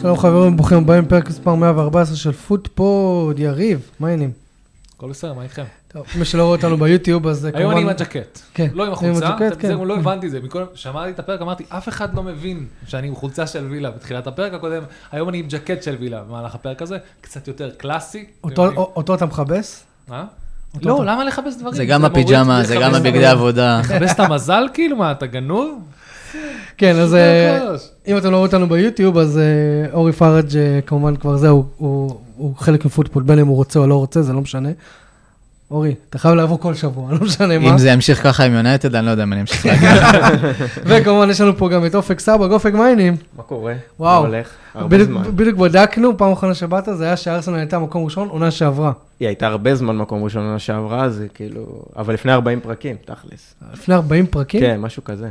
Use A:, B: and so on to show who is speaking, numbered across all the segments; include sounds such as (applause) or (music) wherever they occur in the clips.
A: שלום חברים, ברוכים הבאים, פרק מספר 114 של פודפוד, יריב, מה העניינים?
B: הכל בסדר, מה איתכם?
A: טוב, מי שלא רואה אותנו ביוטיוב, אז אה,
B: היום אני עם הג'קט.
A: כן,
B: לא עם
A: אני עם
B: החולצה,
A: הג'קט,
B: אתה- זה-
A: כן.
B: לא הבנתי את זה. מכל- שמעתי את הפרק, אמרתי, אף אחד לא מבין שאני עם חולצה של וילה בתחילת הפרק הקודם. היום אני עם ג'קט של וילה במהלך הפרק הזה, קצת יותר קלאסי.
A: אותו-
B: אתם יודעים.
A: אותו אתה מכבס?
B: אה?
A: אותו
B: לא,
A: אתה-
B: למה לכבס דברים?
C: זה גם
B: מוריד-
C: הפיג'מה, זה גם
B: לכבס-
C: הבגדי עבודה.
B: לכבס את המזל כאילו? מה, אתה גנוב?
A: כן, אז אה,
B: זה הכל.
A: אם אתם לא רואים אותנו ביוטיוב, אז אה, אורי פראג' אה, כמובן כבר זהו, הוא- הוא חלק מפודפוד, בין אם הוא רוצה או לא רוצה, זה לא משנה. אורי, אתה חייב לבוא כל שבוע, (laughs) לא משנה מה.
C: אם זה ימשיך ככה עם יונייטד, אני לא יודע אם אני אמשיך להגיד.
A: וכמובן, יש לנו פה גם את אופק סבג, אופק מה העניינים?
D: מה קורה?
A: וואו.
D: מה הולך? הרבה
A: בדיוק-
D: זמן.
A: בדיוק בדקנו, פעם אחרונה שבאת, זה היה שארסנל הייתה מקום ראשון, עונה שעברה.
D: היא הייתה הרבה זמן מקום ראשון עונה שעברה, זה כאילו... אבל לפני 40 פרקים, תכלס.
A: לפני 40 פרקים?
D: כן, משהו כזה.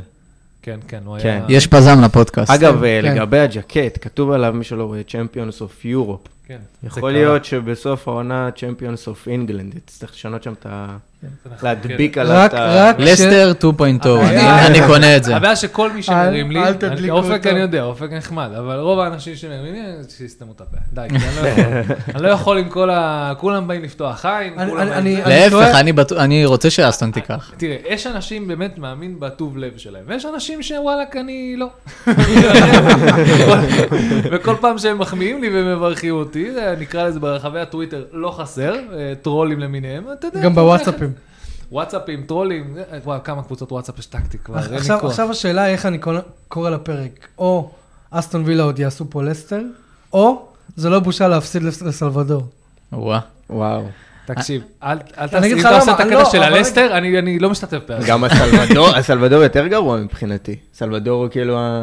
B: כן, כן, הוא
D: כן.
B: היה...
C: יש פזם לפודקאסט.
D: אגב, אה,
A: כן.
D: לגבי הג'קט, כתוב עליו, מי שלא רואה, Champions of Europe.
B: כן, זה
D: יכול
B: קרה.
D: להיות שבסוף העונה Champions of England, תצטרך לשנות שם את ה...
B: זה נכון,
D: להדביק
B: כן.
D: עליו את ה...
A: רק-
C: לסטר 2.0,
A: אה,
B: הבעיה-
C: אני- אני קונה את זה.
B: הבעיה שכל מי שמרים לי,
A: אל
B: אני-
A: תדליקו
B: אופק
A: אותו.
B: אני יודע, אופק נחמד, אבל רוב האנשים שמרים לי, שיסתמו את הפה. די, כי אני לא יכול. אני לא יכול עם כל ה... כולם באים לפתוח עין,
A: אני-
B: כולם
A: אני-
B: באים...
A: אני-
C: להפך,
A: טועה.
C: אני בטוח- אני רוצה שאסטון תיקח.
B: תראה, יש אנשים באמת מאמין בטוב לב שלהם, ויש אנשים שוואלכ, אני
A: (laughs)
B: לא. וכל פעם שהם מחמיאים לי ומברכים אותי, זה נקרא לזה ברחבי הטוויטר, לא חסר, אה, טרולים למיניהם, אתה יודע.
A: גם
B: אתה
A: בוואטסאפים.
B: לא, וואטסאפים, טרולים, אה, וואו, כמה קבוצות וואטסאפ השתקתי כבר, אין לי
A: עכשיו,
B: כוח.
A: עכשיו השאלה היא איך אני קורא- קורא לפרק, או אסטון וילה עוד יעשו פה לסטר, או זה לא בושה להפסיד לס- לסלבדור.
C: וואה. (laughs)
D: וואו.
B: תקשיב, אל אל
A: אני
B: תעשה,
A: אגיד
B: אם
A: לך
B: אתה עושה
A: למה,
B: את הקטע
A: לא,
B: של
A: אבל-
B: הלסטר, אני אני לא משתתף בעד.
D: גם הסלבדור, הסלבדור יותר גרוע מבחינתי. סלבדור הוא כאילו ה...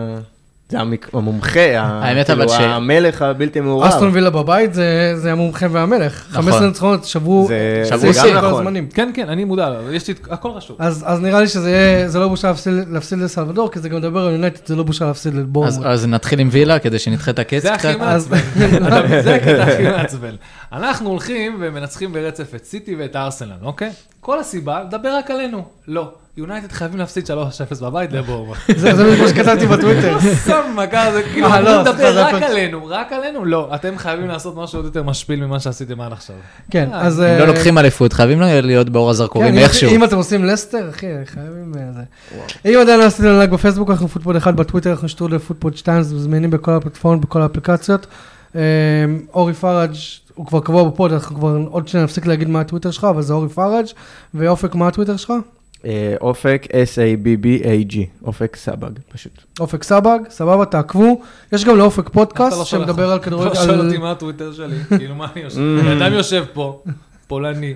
D: זה המק- המומחה, ה-
C: האמת,
D: כאילו
C: אבל ש-
D: המלך הבלתי מעורב.
A: אסטון וילה בבית זה זה המומחה והמלך.
C: נכון.
A: 15 ניצחונות שברו
D: זה-
A: שיא
C: שברו
A: של
C: שיא.
A: כל
D: נכון.
A: הזמנים.
B: כן, כן, אני מודע, לו, יש לי, את- הכל
A: (laughs)
B: רשום.
A: אז אז נראה לי שזה יהיה- זה לא בושה להפסיד- להפסיד לסלבדור, כי זה גם מדבר על יונייטד, זה לא בושה להפסיד
C: אז-
A: לבורמוט.
C: אז נתחיל עם וילה כדי שנדחה את הקץ
B: זה הכי
C: קצת.
A: אז- לא, (laughs)
B: מעצבן, אתה- זה הקטע הכי מעצבן. אנחנו הולכים ומנצחים ברצף את סיטי ואת ארסנל, אוקיי? כל הסיבה, דבר רק עלינו. לא, יונייטד חייבים להפסיד 3-0
A: (laughs)
B: בבית לבורמה.
A: זה זה בדיוק מה שכתבתי בטוויטר.
B: שם מכה, זה כאילו,
A: אה, לא,
B: אנחנו
A: סליחה, זה
B: מדבר רק
A: הפרק.
B: עלינו, רק עלינו. לא, אתם חייבים לעשות משהו עוד יותר משפיל ממה שעשיתם עד עכשיו.
A: כן,
B: אה,
A: אז...
C: אם
A: אה,
C: לא לוקחים אליפות, חייבים להיות באור
A: כן,
C: הזרקורים
A: אם-
C: איכשהו.
A: אם אתם עושים לסטר, אחי, חייבים אה, זה. אם עדיין לא עשיתם לייק בפייסבוק, אנחנו פוטבול 1 בטוויטר, אנחנו שטרודל פוטבול 2, זה זמינים בכל הפלטפורמות, בכל האפליקציות. אה, אורי פראג' הוא כבר קבוע בפוד, אנחנו כבר עוד שניה נפסיק להגיד מה הטוויטר שלך, אבל זה אורי פראג'. ואופק, מה הטוויטר שלך?
D: אה, אופק S-A-B-B-A-G, אופק סבג, פשוט.
A: אופק סבג, סבבה, תעקבו. יש גם לאופק
B: אתה
A: פודקאסט
B: לא שולח
A: שמדבר על
B: אותי.
A: כדורגל.
B: אתה לא שואל
A: על-
B: אותי מה הטוויטר שלי, כאילו מה אני יושב, בן אדם יושב פה, פולני.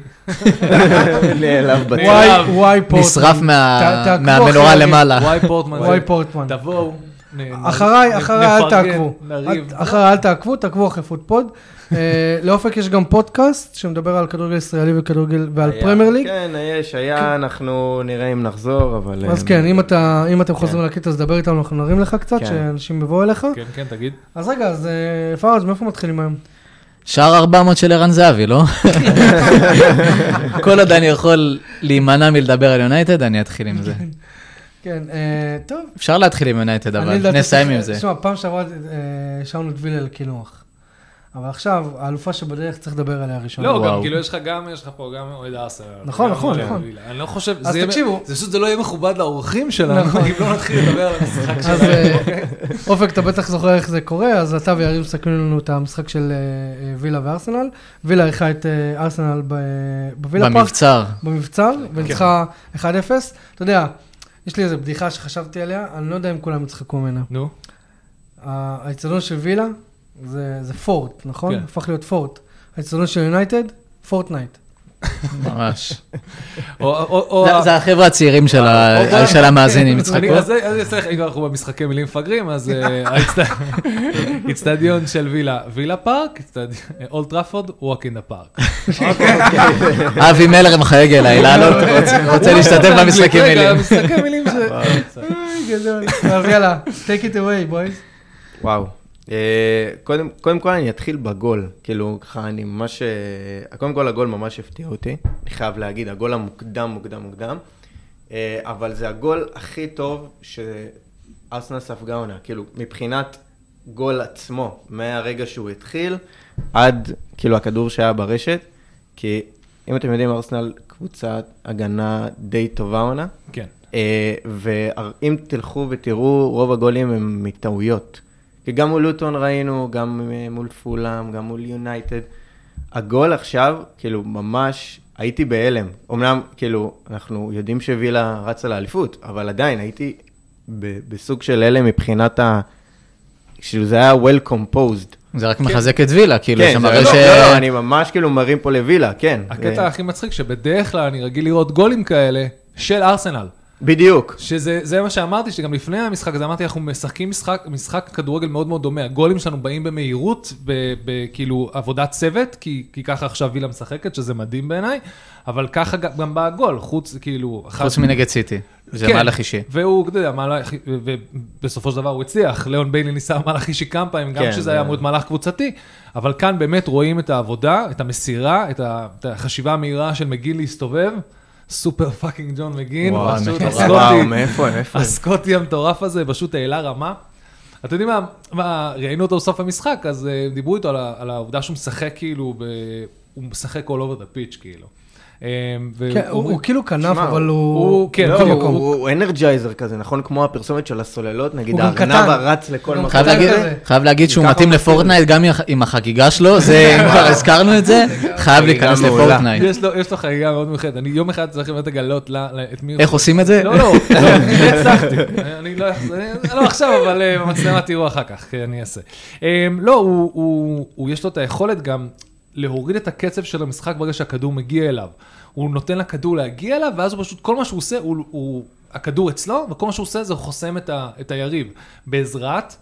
D: (laughs) נעלב בצד.
B: וואי,
A: וואי, וואי פורטמן.
C: נשרף מה-
A: ת- תעקבו
C: מהמנורה
A: אחרי-
C: למעלה.
B: וואי פורטמן. (laughs)
A: וואי פורטמן.
B: תבואו. נ-
A: אחריי,
B: נ-
A: אחריי אל
B: נפרגן,
A: תעקבו.
B: נריב. כן,
A: אל- אחריי אל תעקבו, תעקבו אחרי פודפוד. אה, (laughs) לאופק יש גם פודקאסט שמדבר על כדורגל ישראלי וכדורגל ועל
D: היה.
A: פרמייר ליג.
D: כן, יש, היה, אנחנו נראה אם נחזור, אבל...
A: אז
D: אה,
A: כן, אם
D: (laughs)
A: אתה- אם אתם חוזרים להקליט אז דבר איתנו, אנחנו נרים לך קצת,
D: כן.
A: שאנשים יבואו אליך.
B: כן, כן, תגיד.
A: אז רגע, אז אה, פראג', מאיפה מתחילים היום?
C: שער 400 של ערן זהבי, לא? כל עוד אני יכול להימנע מלדבר על יונייטד, אני אתחיל עם זה.
A: כן, אה, טוב.
C: אפשר להתחיל עם יונייטד,
A: אני
C: אבל
A: לדעתי
C: נסיים
A: צריך-
C: עם זה.
A: תשמע, פעם שעברה אה, השארנו את וילל קינוח. אבל עכשיו, האלופה שבדרך צריך לדבר עליה ראשונה.
B: לא, גם
C: וואו.
B: כאילו יש לך גם, יש לך פה גם אוהד ארסנל.
A: נכון,
B: גם
A: נכון,
B: אוהד
A: נכון.
B: וילה. אני לא חושב,
A: אז
B: זה יהיה-
A: תקשיבו.
B: זה פשוט זה לא יהיה מכובד לאורחים שלנו,
A: נכון.
B: אם לא נתחיל לדבר על המשחק
A: אז
B: (laughs) שלנו.
A: אה, אופק, אתה בטח זוכר איך זה קורה, אז אתה ויריב מסכמים לנו את המשחק של אה, אה, וילה וארסנל. וילה אירחה את אה, ארסנל ב- בווילה פארק,
C: במבצר.
A: במבצר, וניצחה 1-0. אתה יודע, יש לי איזו בדיחה שחשבתי עליה, אני לא יודע אם כולם יצחקו ממנה.
B: נו,
A: ה- האיצטדיון של וילה זה זה פורט, נכון?
B: כן.
A: הפך להיות פורט. האיצטדיון של יונייטד, פורטנייט.
C: ממש.
B: או- או- או...
C: זה- זה החבר'ה הצעירים של ה-
B: או- או- (laughs)
C: של המאזינים
B: אני-
C: יצחקו.
B: אז זה- אז זה- אם אנחנו במשחקי מילים מפגרים, אז
A: (laughs)
B: אה, האצט- האיצטדיון של וילה, וילה פארק, אולט טראפורד, ווק אין דה פארק.
D: אוקיי.
C: אבי מלר מחייג אליי,
B: (laughs) לא,
C: לעלות, רוצה- רוצה להשתתף במשחקים
B: אוקיי. רגע,
C: האלה.
B: משחקי (laughs) מילים ש...
A: גדול. אז יאללה, take it away, boys.
D: וואו. אה, קודם, קודם כל אני אתחיל בגול, כאילו ככה אני ממש, אה, קודם כל הגול ממש הפתיע אותי, אני חייב להגיד, הגול המוקדם מוקדם מוקדם, אה, אבל זה הגול הכי טוב שאסנה ספגה עונה, כאילו מבחינת הגול עצמו, מהרגע שהוא התחיל, עד כאילו הכדור שהיה ברשת, כי אם אתם יודעים, ארסנל קבוצת הגנה די טובה עונה,
B: כן.
D: אה, ואם תלכו ותראו, רוב הגולים הם מטעויות. כי גם מול לוטון ראינו, גם אה, מול פולאם, גם מול יונייטד. הגול עכשיו, כאילו, ממש, הייתי בהלם. אמנם, כאילו, אנחנו יודעים שווילה רצה לאליפות, אבל עדיין הייתי ב- בסוג של הלם מבחינת ה... כאילו, זה היה well composed.
C: זה רק מחזק את וילה, כאילו,
D: כן, זה
C: שמראה
D: לא,
C: ש...
D: לא, לא, אני ממש כאילו מרים פה לווילה, כן.
B: הקטע
D: אה,
B: הכי מצחיק, שבדרך כלל אני רגיל לראות גולים כאלה של ארסנל.
D: בדיוק.
B: שזה זה מה שאמרתי, שגם לפני המשחק הזה אמרתי, אנחנו משחקים משחק, משחק כדורגל מאוד מאוד דומה. הגולים שלנו באים במהירות, בכאילו עבודת צוות, כי, כי ככה עכשיו וילה משחקת, שזה מדהים בעיניי, אבל ככה גם, גם בא הגול, חוץ כאילו... אחד-
C: חוץ מנגד סיטי. זה
B: כן.
C: מהלך אישי.
B: והוא, אתה יודע, מהלך, ובסופו של דבר הוא הצליח, ליאון ביילי ניסה מהלך אישי כמה פעמים, גם
D: כן,
B: כשזה
D: זה-
B: היה אמור להיות מהלך קבוצתי, אבל כאן באמת רואים את העבודה, את המסירה, את ה- את החשיבה המהירה של מגין להסתובב, סופר פאקינג ג'ון מגין,
C: וואו,
B: פשוט
C: מטורף.
B: הסקוטי.
D: וואו, מאיפה, מאיפה.
B: הסקוטי המטורף הזה פשוט העלה רמה. אתם יודעים מה, מה, ראיינו אותו בסוף המשחק, אז אה, דיברו איתו על, ה- על העובדה שהוא משחק כאילו, ב, הוא משחק all over the pitch כאילו. אה,
A: כן, הוא-
B: ואומרים-
A: הוא כאילו כנף,
D: שמע,
A: אבל
B: הוא-
A: הוא...
B: כן,
D: לא,
A: בכל
D: הוא-
A: מקום.
D: הוא הוא אנרג'ייזר כזה, נכון? כמו הפרסומת של הסוללות, נגיד
A: הוא גם
D: הארנבה
A: קטן.
D: רץ לכל
A: הוא גם
D: מקום.
C: חייב
A: קטן
C: להגיד,
A: כזה.
C: חייב להגיד שהוא
D: ככה הוא
C: מתאים
D: מתחיל.
C: לפורטנייט גם עם- עם החגיגה שלו, זה, אם כבר הזכרנו את זה, חייב להיכנס
D: גם מעולה.
C: לפורטנייט.
B: יש לו, יש לו חגיגה מאוד מיוחדת, אני יום אחד צריך באמת לגלות ל- ל- את מי הוא...
C: איך עושים את זה?
B: לא,
C: (laughs)
B: לא, לא, אני הצלחתי, אני לא אחזור, לא עכשיו, אבל אה, במצלמה תראו אחר כך, כן, אני אעשה. אה, לא, הוא- הוא- הוא, יש לו את היכולת גם להוריד את הקצב של המשחק ברגע שהכדור מגיע אליו. הוא נותן לכדור להגיע אליו, ואז הוא פשוט, כל מה שהוא עושה, הוא- הוא, הכדור אצלו, וכל מה שהוא עושה זה הוא חוסם את ה- את היריב. בעזרת...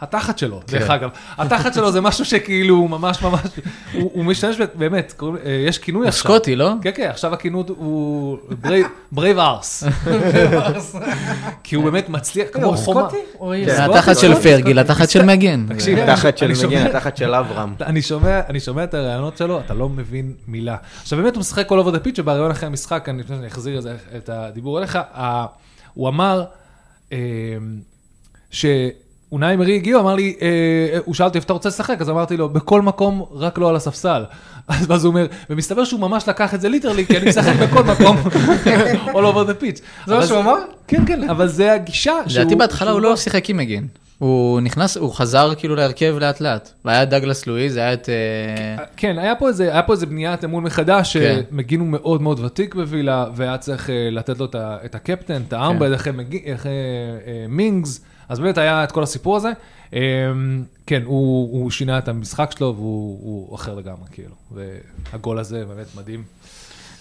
B: התחת שלו,
C: כן.
B: דרך אגב. התחת שלו זה משהו שכאילו הוא ממש ממש, הוא הוא משתמש ב- באמת, קוראים- אה, יש כינוי
C: הוא
B: עכשיו.
C: סקוטי, לא?
B: כן, כן, עכשיו הכינוי הוא ברייב ארס. (laughs) כי הוא באמת מצליח,
A: הוא
B: כמו חומה.
A: לא, סקוטי? או
D: כן.
A: אירי?
C: זה התחת של
A: סקוטי,
C: פרגי,
A: סקוטי.
C: לתחת של מגן.
B: תקשיב,
D: תחת של
B: אני שומע-
D: מגן, תחת של אברהם.
B: אני שומע, אני שומע את הרעיונות שלו, אתה לא מבין מילה. עכשיו באמת הוא משחק כל עבוד הפיץ' שבראיון אחרי המשחק, אני לפני שאני אחזיר את זה- את הדיבור אליך, ה- הוא אמר אה, שאונאי אמרי הגיע, הוא אמר לי, אה, אה, הוא שאל אותי איפה אתה רוצה לשחק, אז אמרתי לו, בכל מקום, רק לא על הספסל. (laughs) אז ואז הוא אומר, ומסתבר שהוא ממש לקח את זה ליטרלי, כי אני משחק בכל מקום, (laughs) all over the pitch.
A: זה מה
B: אבל
A: שהוא אמר?
B: כן, כן, אבל זה הגישה שהוא...
C: לדעתי בהתחלה
B: שהוא
C: הוא לא שיחק עם מגן. הוא נכנס, הוא חזר כאילו להרכב לאט לאט. והיה את דגלס לואיז, היה את... אה,
B: כן, היה פה איזה, היה פה איזה בניית אמון מחדש,
C: כן.
B: שמגין הוא מאוד מאוד ותיק בווילה, והיה צריך אה, לתת לו את ה- את הקפטן, את
C: כן.
B: הארמבד, אחרי מגי- אחרי, אה, מינגס, אז באמת היה את כל הסיפור הזה. אה, כן, הוא הוא שינה את המשחק שלו, והוא הוא אחר לגמרי, כאילו. והגול הזה באמת מדהים.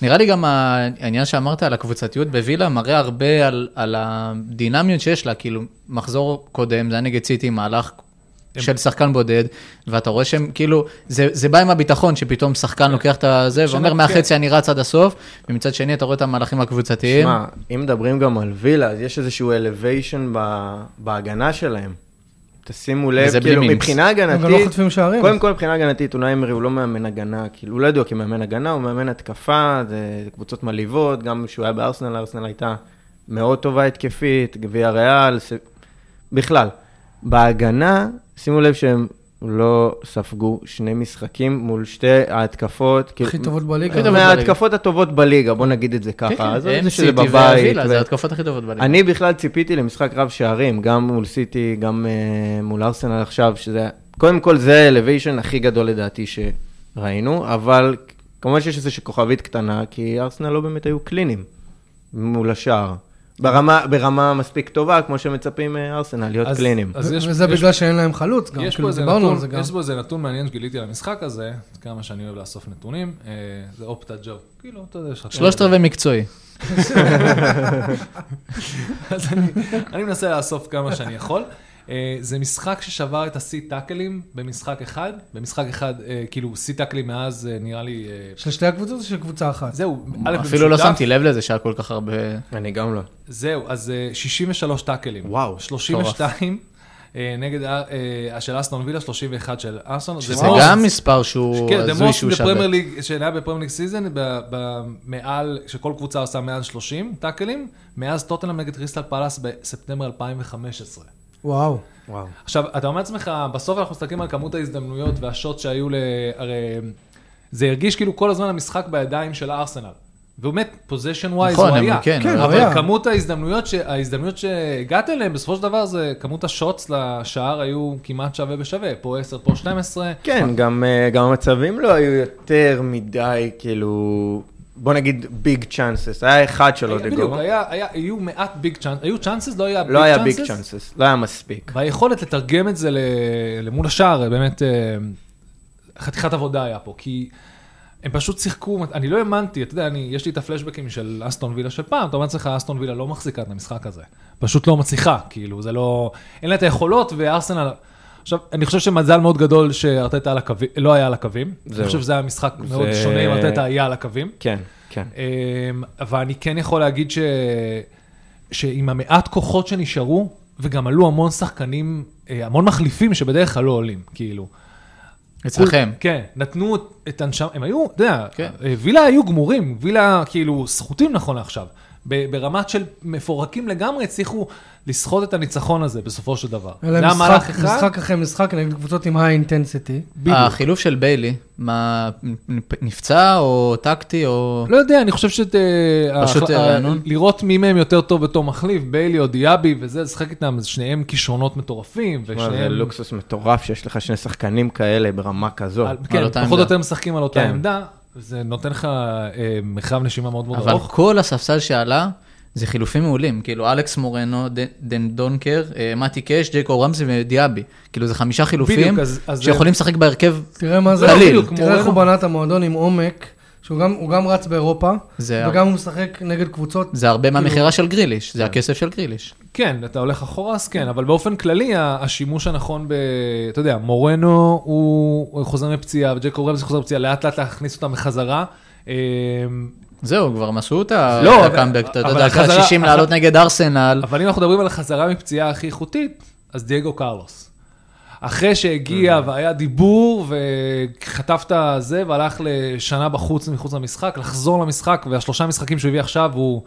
C: נראה לי גם העניין שאמרת על הקבוצתיות בווילה מראה הרבה על, על הדינמיות שיש לה, כאילו, מחזור קודם, זה היה נגד סיטי, מהלך של שחקן בודד, ואתה רואה שהם, כאילו, זה, זה בא עם הביטחון שפתאום שחקן לוקח את הזה, ואומר,
B: כן.
C: מהחצי אני רץ עד הסוף, ומצד שני אתה רואה את המהלכים הקבוצתיים.
D: שמע, אם מדברים גם על וילה, אז יש איזשהו אלוויישן בהגנה שלהם. תשימו לב,
C: וזה בלי
D: כאילו,
C: מינקס.
D: מבחינה הגנתית...
A: הם גם לא חוטפים שערים.
D: קודם כל, מבחינה הגנתית, אונאי אמרי הוא לא מאמן הגנה, כאילו, הוא לא ידוע כמאמן הגנה, הוא מאמן התקפה, זה זה קבוצות מלאיבות, גם כשהוא היה בארסנל, ארסנל הייתה מאוד טובה התקפית, גביע ריאל, ס- בכלל. בהגנה, שימו לב שהם לא ספגו שני משחקים מול שתי ההתקפות. כאילו,
A: הכי טובות בליגה.
C: הכי טובות בליגה.
D: מההתקפות הטובות בליגה, בוא נגיד את זה
C: כן,
D: ככה.
C: כן,
D: עזוב את
C: הם
D: זה שזה
C: סיטי
D: בבית,
C: והווילה,
D: ו-
C: זה התקופות הכי טובות בליגה.
D: אני בכלל ציפיתי למשחק רב שערים, גם מול סיטי, גם אה, מול ארסנל עכשיו, שזה... קודם כל, זה האלוויישן הכי גדול לדעתי שראינו, אבל כמובן שיש איזושהי כוכבית קטנה, כי ארסנל לא באמת היו קליניים מול השער. ברמה, ברמה מספיק טובה, כמו שמצפים אה, ארסנל, להיות
B: אז-
D: קליניים.
B: אז יש-
A: וזה
B: יש-
A: בגלל שאין להם חלוץ גם,
B: יש פה
A: כאילו
B: איזה
A: דיברנו על
B: נתון-
A: זה גם.
B: יש פה איזה נתון מעניין שגיליתי על המשחק הזה, כמה שאני אוהב לאסוף נתונים, אה, זה אופטה ג'ו. כאילו, אתה יודע, יש לך...
C: שלושת רבעי מקצועי.
B: אז אני, אני מנסה לאסוף כמה שאני יכול. אה, זה משחק ששבר את השיא טאקלים במשחק אחד. במשחק אחד, אה, כאילו, שיא טאקלים מאז אה, נראה לי... אה,
A: של שתי הקבוצות או של קבוצה אחת?
B: זהו, א'
C: אפילו לא
B: במשותף.
C: שמתי לב לזה שהיה כל כך הרבה...
D: אני גם לא.
B: זהו, אז אה, 63 טאקלים.
D: וואו,
B: 32 אה, נגד אה, אה, של אסטון וילה, 31 של אסטון.
C: שזה גם מספר שהוא
B: כן, the
C: הזוי שהוא
B: most בפרמייר
C: שווה.
B: ליג, שהיה בפרמייר ליג סיזן, ב- ב- מעל, שכל קבוצה עושה מעל 30 טאקלים, מאז טוטנאם נגד קריסטל פלאס בספטמבר 2015.
A: וואו.
D: וואו.
B: עכשיו, אתה אומר לעצמך, בסוף אנחנו מסתכלים על כמות ההזדמנויות והשוט שהיו ל... הרי זה הרגיש כאילו כל הזמן המשחק בידיים של הארסנל. ובאמת, פוזיישן ווייז הוא
C: נכון, הם-
B: היה.
C: כן,
A: כן, הוא היה.
B: אבל כמות ההזדמנויות, ש... ההזדמנויות שהגעת אליהן, בסופו של דבר זה, כמות השוטס לשער היו כמעט שווה בשווה. פה 10, פה 12.
D: כן, גם, אה, גם המצבים לא היו יותר מדי, כאילו, בוא נגיד ביג צ'אנסס, היה אחד של
B: היה- בדיוק,
D: אודגו,
B: היה- היה- היו מעט ביג צ'אנסס, היו צ'אנסס, לא היה ביג
D: לא
B: צ'אנסס.
D: היה ביג צ'אנסס, לא היה מספיק.
B: והיכולת לתרגם את זה ל- למול השער, באמת אה, חתיכת עבודה היה פה, כי הם פשוט שיחקו, אני לא האמנתי, אתה יודע, אני, יש לי את הפלשבקים של אסטון וילה של פעם, אתה אומר לעצמך, אסטון וילה לא מחזיקה את המשחק הזה, פשוט לא מצליחה, כאילו, זה לא, אין לה את היכולות, וארסנל... עכשיו, אני חושב שמזל מאוד גדול שארטטה על הקווי, לא היה על הקווים. אני
D: זהו.
B: חושב שזה היה משחק מאוד
D: זה-
B: שונה אם ארטטה היה על הקווים.
D: כן, כן.
B: אמ, אבל אני כן יכול להגיד ש... שעם המעט כוחות שנשארו, וגם עלו המון שחקנים, אה, המון מחליפים שבדרך כלל לא עולים, כאילו.
C: אצלכם.
B: כן, נתנו את הנשמה, הם היו, אתה יודע,
C: כן.
B: אה, וילה היו גמורים, וילה כאילו סחוטים נכון לעכשיו. ב- ברמת של מפורקים לגמרי, הצליחו לסחוט את הניצחון הזה בסופו של דבר.
A: היה להם
B: זה היה מהלך
A: משחק-
B: אחד,
A: משחק אחרי משחק נגד קבוצות עם היי אינטנסיטי.
B: בדיוק.
C: החילוף של ביילי, מה, נפ- נפצע או טקטי או...
B: לא יודע, אני חושב שאת... אה,
C: אוקיי. פשוט
B: ההח-
C: רענון?
B: לראות מי מהם יותר טוב בתור מחליף, ביילי או דיאבי וזה, לשחק איתם, אז שניהם כישרונות מטורפים,
D: מה, זה
B: ושניהם...
D: לוקסוס מטורף שיש לך שני שחקנים כאלה ברמה כזו.
B: על- כן,
C: אותה
B: פחות או
C: עמדה.
B: יותר משחקים על אותה
D: כן.
B: עמדה, זה נותן לך אה, מרחב נשימה מאוד מאוד
C: אבל
B: ארוך.
C: כל הספסל שעלה, זה חילופים מעולים. כאילו, אלכס מורנו, ד- דן דונקר, אה, מתי קאש, ג'ייקו רמזי ודיאבי. כאילו, זה חמישה חילופים
B: בדיוק, אז- אז זה-
C: שיכולים לשחק בהרכב.
A: תראה מה זה,
B: לא,
C: קליל.
B: בדיוק,
A: תראה איך הוא
B: מורנו.
A: בנה את המועדון עם עומק, שהוא גם- הוא גם רץ באירופה,
C: זה-
A: וגם הוא משחק נגד קבוצות.
C: זה הרבה
B: כאילו-
C: מהמכירה של גריליש, זה הכסף של גריליש.
B: כן, אתה הולך אחורה, אז כן, אבל באופן כללי, ה- השימוש הנכון ב... אתה יודע, מורנו הוא הוא חוזר מפציעה, וג'קו רמז חוזר מפציעה, לאט לאט להכניס אותם בחזרה. אה,
C: זהו, כבר הם עשו את ה-
B: לא,
C: את הקאמבק, אתה
B: אבל
C: יודע, אחרי
B: החזרה-
C: ה-60 לעלות נגד ארסנל.
B: אבל אם אנחנו מדברים על החזרה מפציעה הכי איכותית, אז דייגו קרלוס. אחרי שהגיע
D: אוקיי.
B: והיה דיבור וחטפת זה והלך לשנה בחוץ, מחוץ למשחק, לחזור למשחק, והשלושה משחקים שהוא הביא עכשיו הוא...
D: הוא גם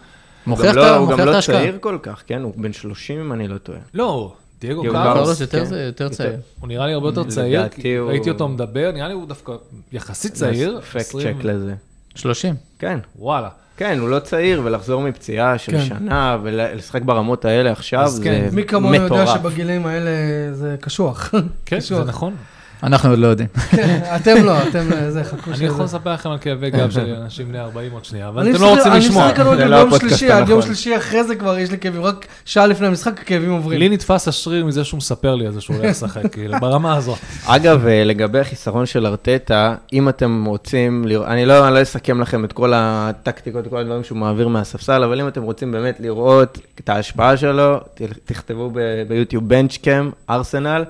C: מוכיח את
D: לא-
C: ה-
D: הוא גם
C: מוכיח את
D: לא
C: ההשקעה.
D: צעיר כל כך, כן? הוא בן 30 אם אני לא טועה.
B: לא, דייגו
D: דייגו
B: קרלוס,
C: קרלוס יותר
D: כן.
C: זה- יותר צעיר.
B: הוא נראה לי הרבה יותר צעיר,
D: לדעתי
B: כי
D: הוא-
B: ראיתי אותו מדבר, נראה לי הוא דווקא יחסית צעיר.
D: פקט
B: 20,
D: צ'ק לזה.
C: 30.
D: כן,
B: וואלה.
D: כן, הוא לא צעיר, ולחזור מפציעה של
A: כן.
D: שנה ולשחק ברמות האלה עכשיו,
B: אז
D: זה
B: כן,
A: מי כמונו יודע
D: מטורף.
A: שבגילים האלה זה קשוח. (laughs)
B: כן,
A: קשוח.
B: זה נכון.
C: אנחנו עוד לא יודעים.
A: כן, אתם לא, אתם לא, זה חכו
B: אני יכול
A: שזה.
B: לספר לכם על כאבי גב של אנשים בני 40 עוד שנייה, אבל
A: אני
B: אתם לא
A: משחק-
B: רוצים לשמוע.
A: אני משחק כדורגל
D: זה לא
A: ביום
D: הפודקאסט
A: שלישי, עד יום
D: הנכון.
A: שלישי אחרי זה כבר יש לי כאבים, רק שעה לפני המשחק הכאבים עוברים.
B: לי נתפס השריר מזה שהוא מספר לי על זה שהוא הולך לשחק, כאילו, ברמה הזאת.
D: אגב, אה, לגבי החיסרון של ארטטה, אם אתם רוצים לראות, אני לא אני לא אסכם לכם את כל הטקטיקות, כל הדברים שהוא מעביר מהספסל, אבל אם אתם רוצים באמת לראות את ההשפעה שלו, ת- תכתבו ב- ביוטיוב בנצ'קאם, ארסנל,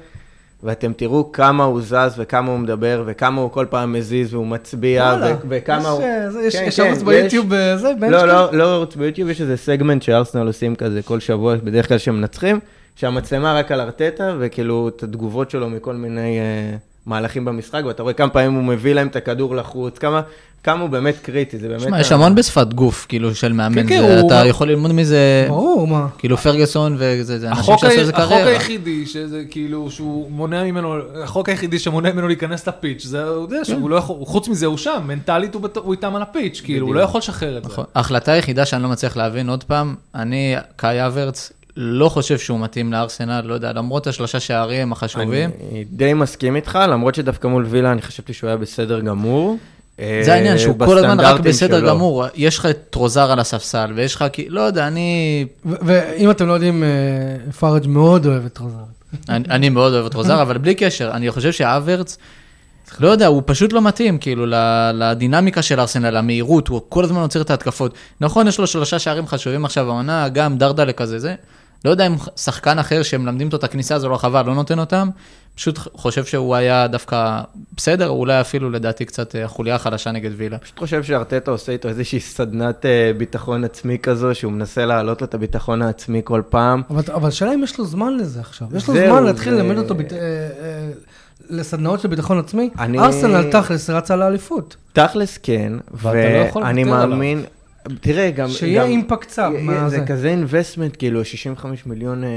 D: ואתם תראו כמה הוא זז וכמה הוא מדבר, וכמה הוא כל פעם מזיז והוא מצביע,
A: וואלה,
D: ו- וכמה
A: יש,
D: הוא...
A: אה, זה- יש-
D: כן,
A: יש
D: כן,
A: ערוץ ביוטיוב, אה, זה,
D: לא,
A: בנצ'קאם?
D: לא, לא ערוץ ביוטיוב, יש איזה סגמנט שארסנל עושים כזה כל שבוע, בדרך כלל שמנצחים, שהמצלמה רק על ארטטה, וכאילו את התגובות שלו מכל מיני אה, מהלכים במשחק, ואתה רואה כמה פעמים הוא מביא להם את הכדור לחוץ, כמה, כמה הוא באמת קריטי, זה באמת...
C: שמע, יש המון בשפת גוף, כאילו, של מאמן.
B: אה, כן, כן,
C: זה-
B: הוא-
C: אתה יכול ללמוד מזה,
A: כן. ברור, מה.
C: כאילו פרגוסון וזה, זה אנשים
B: החוק
C: שעשו איזה
B: ה- החוק
C: קריירה.
B: היחידי שזה כאילו, שהוא מונע ממנו, החוק היחידי שמונע ממנו להיכנס לפיץ', זה, הוא יודע
C: כן.
B: שהוא לא יכול, הוא- חוץ מזה הוא שם, מנטלית הוא בת- הוא איתם על הפיץ', כאילו, הוא לא יכול לשחרר את זה.
C: נכון. ההחלטה היחידה שאני לא מצליח להבין, עוד פעם, אני, קאי אברץ, לא חושב שהוא מתאים לארסנל, לא יודע, למרות השלושה שערים החשובים.
D: אני די מסכים איתך, למרות שדווקא מול וילה אני חשבתי שהוא היה בסדר גמור. אה,
C: זה העניין, שהוא כל הזמן רק
D: בסטנדרטים
C: בסדר
D: שלו.
C: גמור. יש לך את טרוזר על הספסל, ויש לך, כי- לא יודע, אני
A: ו- ואם אתם לא יודעים, אה, פארג' מאוד אוהב את רוזן.
C: אני, אני מאוד אוהב את רוזר, אבל בלי קשר, אני חושב שהאברץ, לא יודע, הוא פשוט לא מתאים, כאילו, ל- לדינמיקה של ארסנל, למהירות, הוא כל הזמן עוצר את ההתקפות. נכון, יש לו שלושה שערים חשובים עכשיו העונה, גם דרדלה כזה, זה. לא יודע אם שחקן אחר שמלמדים אותו את הכניסה הזו לרחבה, לא נותן אותם, פשוט חושב שהוא היה דווקא בסדר, אולי אפילו לדעתי קצת אה, החוליה החלשה נגד וילה.
D: פשוט חושב שארטטה עושה איתו איזושהי סדנת אה, ביטחון עצמי כזו, שהוא מנסה להעלות לו את הביטחון העצמי כל פעם.
A: אבל אבל השאלה אם יש לו זמן לזה עכשיו. יש לו
D: זהו,
A: זמן להתחיל
D: זה-
A: ללמד אותו ביט- אה, אה, לסדנאות של ביטחון עצמי?
D: אני-
A: ארסנל תכלס רצה לאליפות.
D: תכלס כן,
B: אבל אתה לא יכול
D: ואני
B: לוותר
D: מאמין, תראה, גם...
A: שיהיה
D: גם-
A: אימפקט צב,
D: יהיה-
A: מה
D: זה
A: זה? אה,
D: כזה אינבסטמנט, כאילו, 65 מיליון, אה,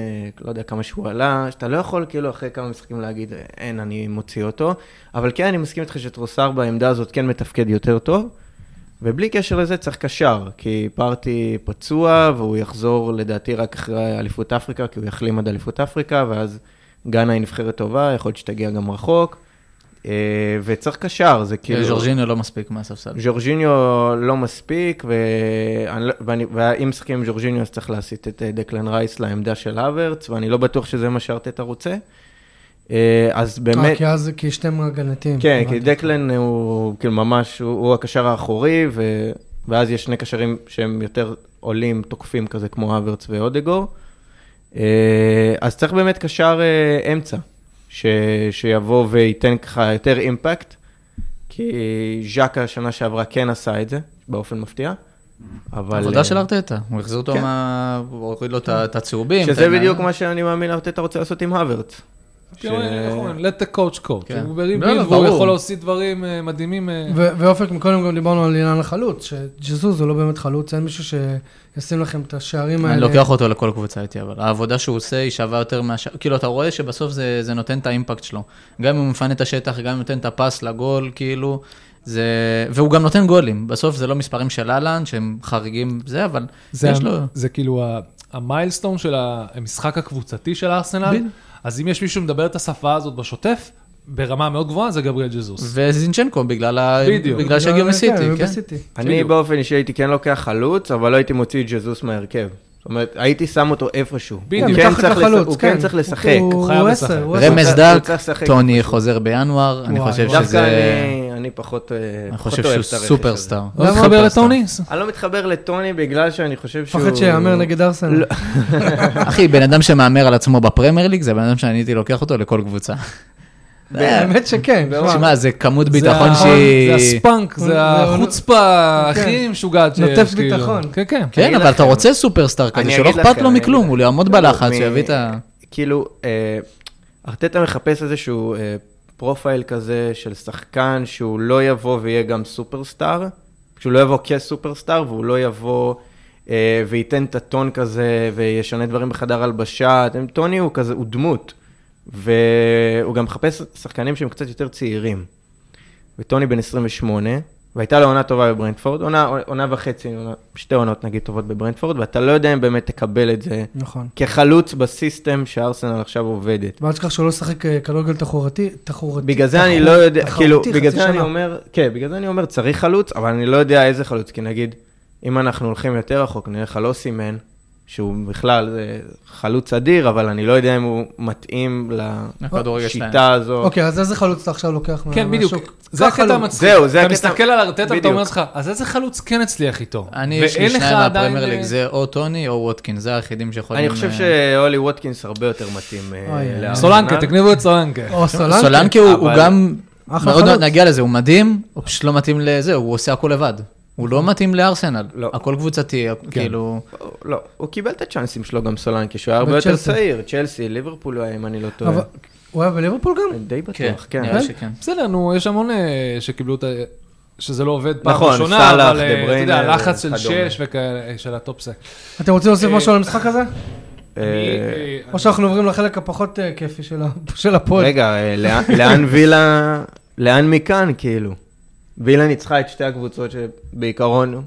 D: לא יודע כמה שהוא עלה, שאתה לא יכול, כאילו, אחרי כמה משחקים להגיד, אין, אני מוציא אותו. אבל כן, אני מסכים איתך שטרוסר בעמדה הזאת כן מתפקד יותר טוב, ובלי קשר לזה צריך קשר, כי פארטי פצוע, והוא יחזור לדעתי רק אחרי אליפות אפריקה, כי הוא יחלים עד אליפות אפריקה, ואז גאנה היא נבחרת טובה, יכול להיות שתגיע גם רחוק, אה, וצריך קשר, זה כאילו...
C: ז'ורג'ינו לא מספיק מהספסל.
D: ז'ורג'יניו לא מספיק, ואני, לא- ואני, ואם משחקים עם ז'ורג'יניו אז צריך להסיט את אה, דקלן רייס לעמדה של האוורץ, ואני לא בטוח שזה מה שארטטה רוצה. אה, אז
A: אה,
D: באמת,
A: כי אז, כי שתם הגנתיים.
D: כן,
A: הבנתי.
D: כי דקלן הוא כאילו ממש, הוא, הוא הקשר האחורי, ו, ואז יש שני קשרים שהם יותר עולים, תוקפים כזה, כמו האוורץ ואודגור. אה, אז צריך באמת קשר אה, אמצע, ש, שיבוא וייתן ככה יותר אימפקט, כי ז'קה השנה שעברה כן עשה את זה, באופן מפתיע. אבל...
C: עבודה
D: אה,
C: של ארטטה, הוא החזיר אותו
D: כן.
C: מה... הוא הוריד לו את ה- את הצהובים.
D: שזה
C: את ה-
D: בדיוק מה שאני מאמין ארטטה רוצה לעשות עם האוורץ. ש-
B: let the coach coach. הוא
C: כן. לא, לא,
B: בריבית והוא
C: ברור.
B: יכול להוסיף דברים אה, מדהימים. אה.
A: ו- ואופק, מקודם גם דיברנו על עניין החלוץ, שג'זוז הוא לא באמת חלוץ, אין מישהו שישים לכם את השערים האלה.
C: אני לוקח אותו לכל קבוצה איתי, אבל העבודה שהוא עושה היא שווה יותר מה... כאילו, אתה רואה שבסוף זה, זה נותן את האימפקט שלו. גם אם הוא מפנה את השטח, גם אם הוא נותן את הפס לגול, כאילו, זה... והוא גם נותן גולים. בסוף זה לא מספרים של אהלן, שהם חריגים זה, אבל
B: זה,
C: יש
B: המ-
C: לו...
B: זה כאילו ה- המיילסטון של המשחק הקבוצתי של הארסנל,
C: בדיוק.
B: אז אם יש מישהו מדבר את השפה הזאת בשוטף, ברמה מאוד גבוהה, זה גבריאל ג'זוס.
C: וזינצ'נקו, בגלל ה...
B: בדיוק.
C: בגלל שהגיע מסיטי,
A: אה, הוא
C: כן?
A: בסיטי.
D: אני
B: בדיוק.
D: באופן אישי הייתי כן לוקח חלוץ, אבל לא הייתי מוציא את ג'זוס מהרכב. זאת אומרת, הייתי שם אותו איפשהו. הוא
B: בדיוק.
D: כן
A: מתחת
D: צריך לש-
A: לחלוץ,
D: הוא כן צריך לשחק.
A: הוא כאילו-
B: חייב
A: הוא
B: לשחק.
A: עשר, הוא עשר.
D: רמז
C: רמז
D: הוא
C: דארק,
D: צריך לשחק
C: טוני חוזר בינואר, אני
A: וואי,
C: חושב
A: וואי.
D: דווקא
C: שזה...
D: אני- אני פחות אה,
C: אני
D: פחות
C: חושב שהוא
D: אוהב את הרכש הזה.
C: סופרסטאר.
B: לא מתחבר לטוני?
D: אני לא מתחבר לטוני בגלל שאני חושב שהוא... לא.
A: מפחד שיאמר נגד ארסנל.
C: אחי, בן אדם שמהמר על עצמו בפרמייר ליג, זה בן אדם שאני הייתי לוקח אותו לכל קבוצה.
A: באמת שכן.
D: לא,
A: שמע,
C: שמע, זה כמות
B: זה
C: ביטחון
B: ה-
C: שהיא...
B: זה הספאנק,
A: הוא-
B: כן, זה
A: זה-
B: החוצפה
A: כן.
B: הכי משוגעת שיש.
A: נוטף
B: כאילו.
A: ביטחון.
B: כן, כן.
C: כן,
D: אגיד
C: אבל אתה
D: אוקיי, לכם.
C: רוצה סופרסטאר כזה,
D: אני
C: שלא
D: אגיד
C: אכפת
D: לכם,
C: לו
D: אני
C: מכלום,
D: אגיד לא,
C: הוא יעמוד
D: לכם.
C: בלחץ,
D: מ-
C: הוא יביא את ה...
D: כאילו, אה, ארטטה מחפש איזשהו אה, פרופייל כזה של שחקן שהוא לא יבוא ויהיה גם סופרסטאר, שהוא לא יבוא כסופרסטאר והוא לא יבוא אה, וייתן את הטון כזה וישנה דברים בחדר הלבשה. אתם, טוני הוא כזה, הוא דמות, והוא גם מחפש שחקנים שהם קצת יותר צעירים. וטוני בן 28, והייתה לו עונה טובה בברנדפורד, עונה, עונה וחצי, עונה, שתי עונות נגיד טובות בברנדפורד, ואתה לא יודע אם באמת תקבל את זה
A: נכון.
D: כחלוץ בסיסטם שארסנל עכשיו עובדת.
A: ואל תשכח שהוא לא שחק אה, כדורגל תחרותי, תחרותי.
D: בגלל זה אני
A: תחרות-
D: לא יודע,
A: תחרותי
D: כאילו,
A: חצי
D: בגלל זה אני
A: שנה.
D: אומר, כן, בגלל זה אני אומר, צריך חלוץ, אבל אני לא יודע איזה חלוץ, כי נגיד, אם אנחנו הולכים יותר רחוק, נלך על אוסימן, שהוא בכלל זה חלוץ אדיר, אבל אני לא יודע אם הוא מתאים
C: לכדורגל
D: לשיטה הזו.
A: אוקיי, אז איזה חלוץ אתה עכשיו לוקח מה-
B: כן, בדיוק.
A: מהשוק?
B: זה
A: קח
B: הקטע
A: חלוץ.
B: המצחיק.
D: זהו, זה
B: אתה
D: הקטע-
B: מסתכל על ארטטה ואתה
D: בדיוק.
B: אומר לך, אז איזה חלוץ כן הצליח איתו?
C: אני, יש לי
B: ואין לך
C: שניים
B: עדיין- אה,
C: מהפרמייר ליג, זה או טוני או ווטקין, זה היחידים שיכולים...
D: אני חושב
C: אה,
D: שאולי ווטקינס הרבה יותר מתאים אה,
A: אוי, אוי.
D: לארסנל.
B: סולנקה, תגנבו את סולנקה.
D: אה,
A: או סולנקה.
C: סולנקה הוא הוא
D: אבל-
C: גם...
A: אחלה
C: מאוד
A: חלוץ.
C: נגיע לזה, הוא מדהים, הוא פשוט לא מתאים לזה, הוא עושה הכל לבד. הוא לא מתאים לארסנל,
D: לא.
C: הכל קבוצתי, כאילו...
D: לא, הוא קיבל את הצ'אנסים שלו גם סולנקה, שהוא היה הרבה יותר
A: וצ'לסי.
D: צעיר, צ'לסי, ליברפול הוא היה, אם אני לא טועה.
A: אבל- הוא היה בליברפול גם?
D: אני די בטוח, כן.
C: אה, נראה שכן.
B: בסדר, נו, יש המון אה, שקיבלו את ה... שזה לא עובד פעם
D: נכון,
B: ראשונה,
D: סאלח,
B: אבל אה, אתה
D: דה
B: יודע,
D: בריינה
B: לחץ של
D: וכדומה.
B: שש וכאלה, אה, של הטופסק.
A: אתם רוצים להוסיף
B: אה,
A: משהו על המשחק הזה?
D: אה,
A: או שאנחנו עוברים לחלק הפחות אה, כיפי של ה- (laughs) של הפוד?
D: רגע, אה, לאן- לאן וילה, לאן מכאן, כאילו? וילה ניצחה את שתי הקבוצות שבעיקרון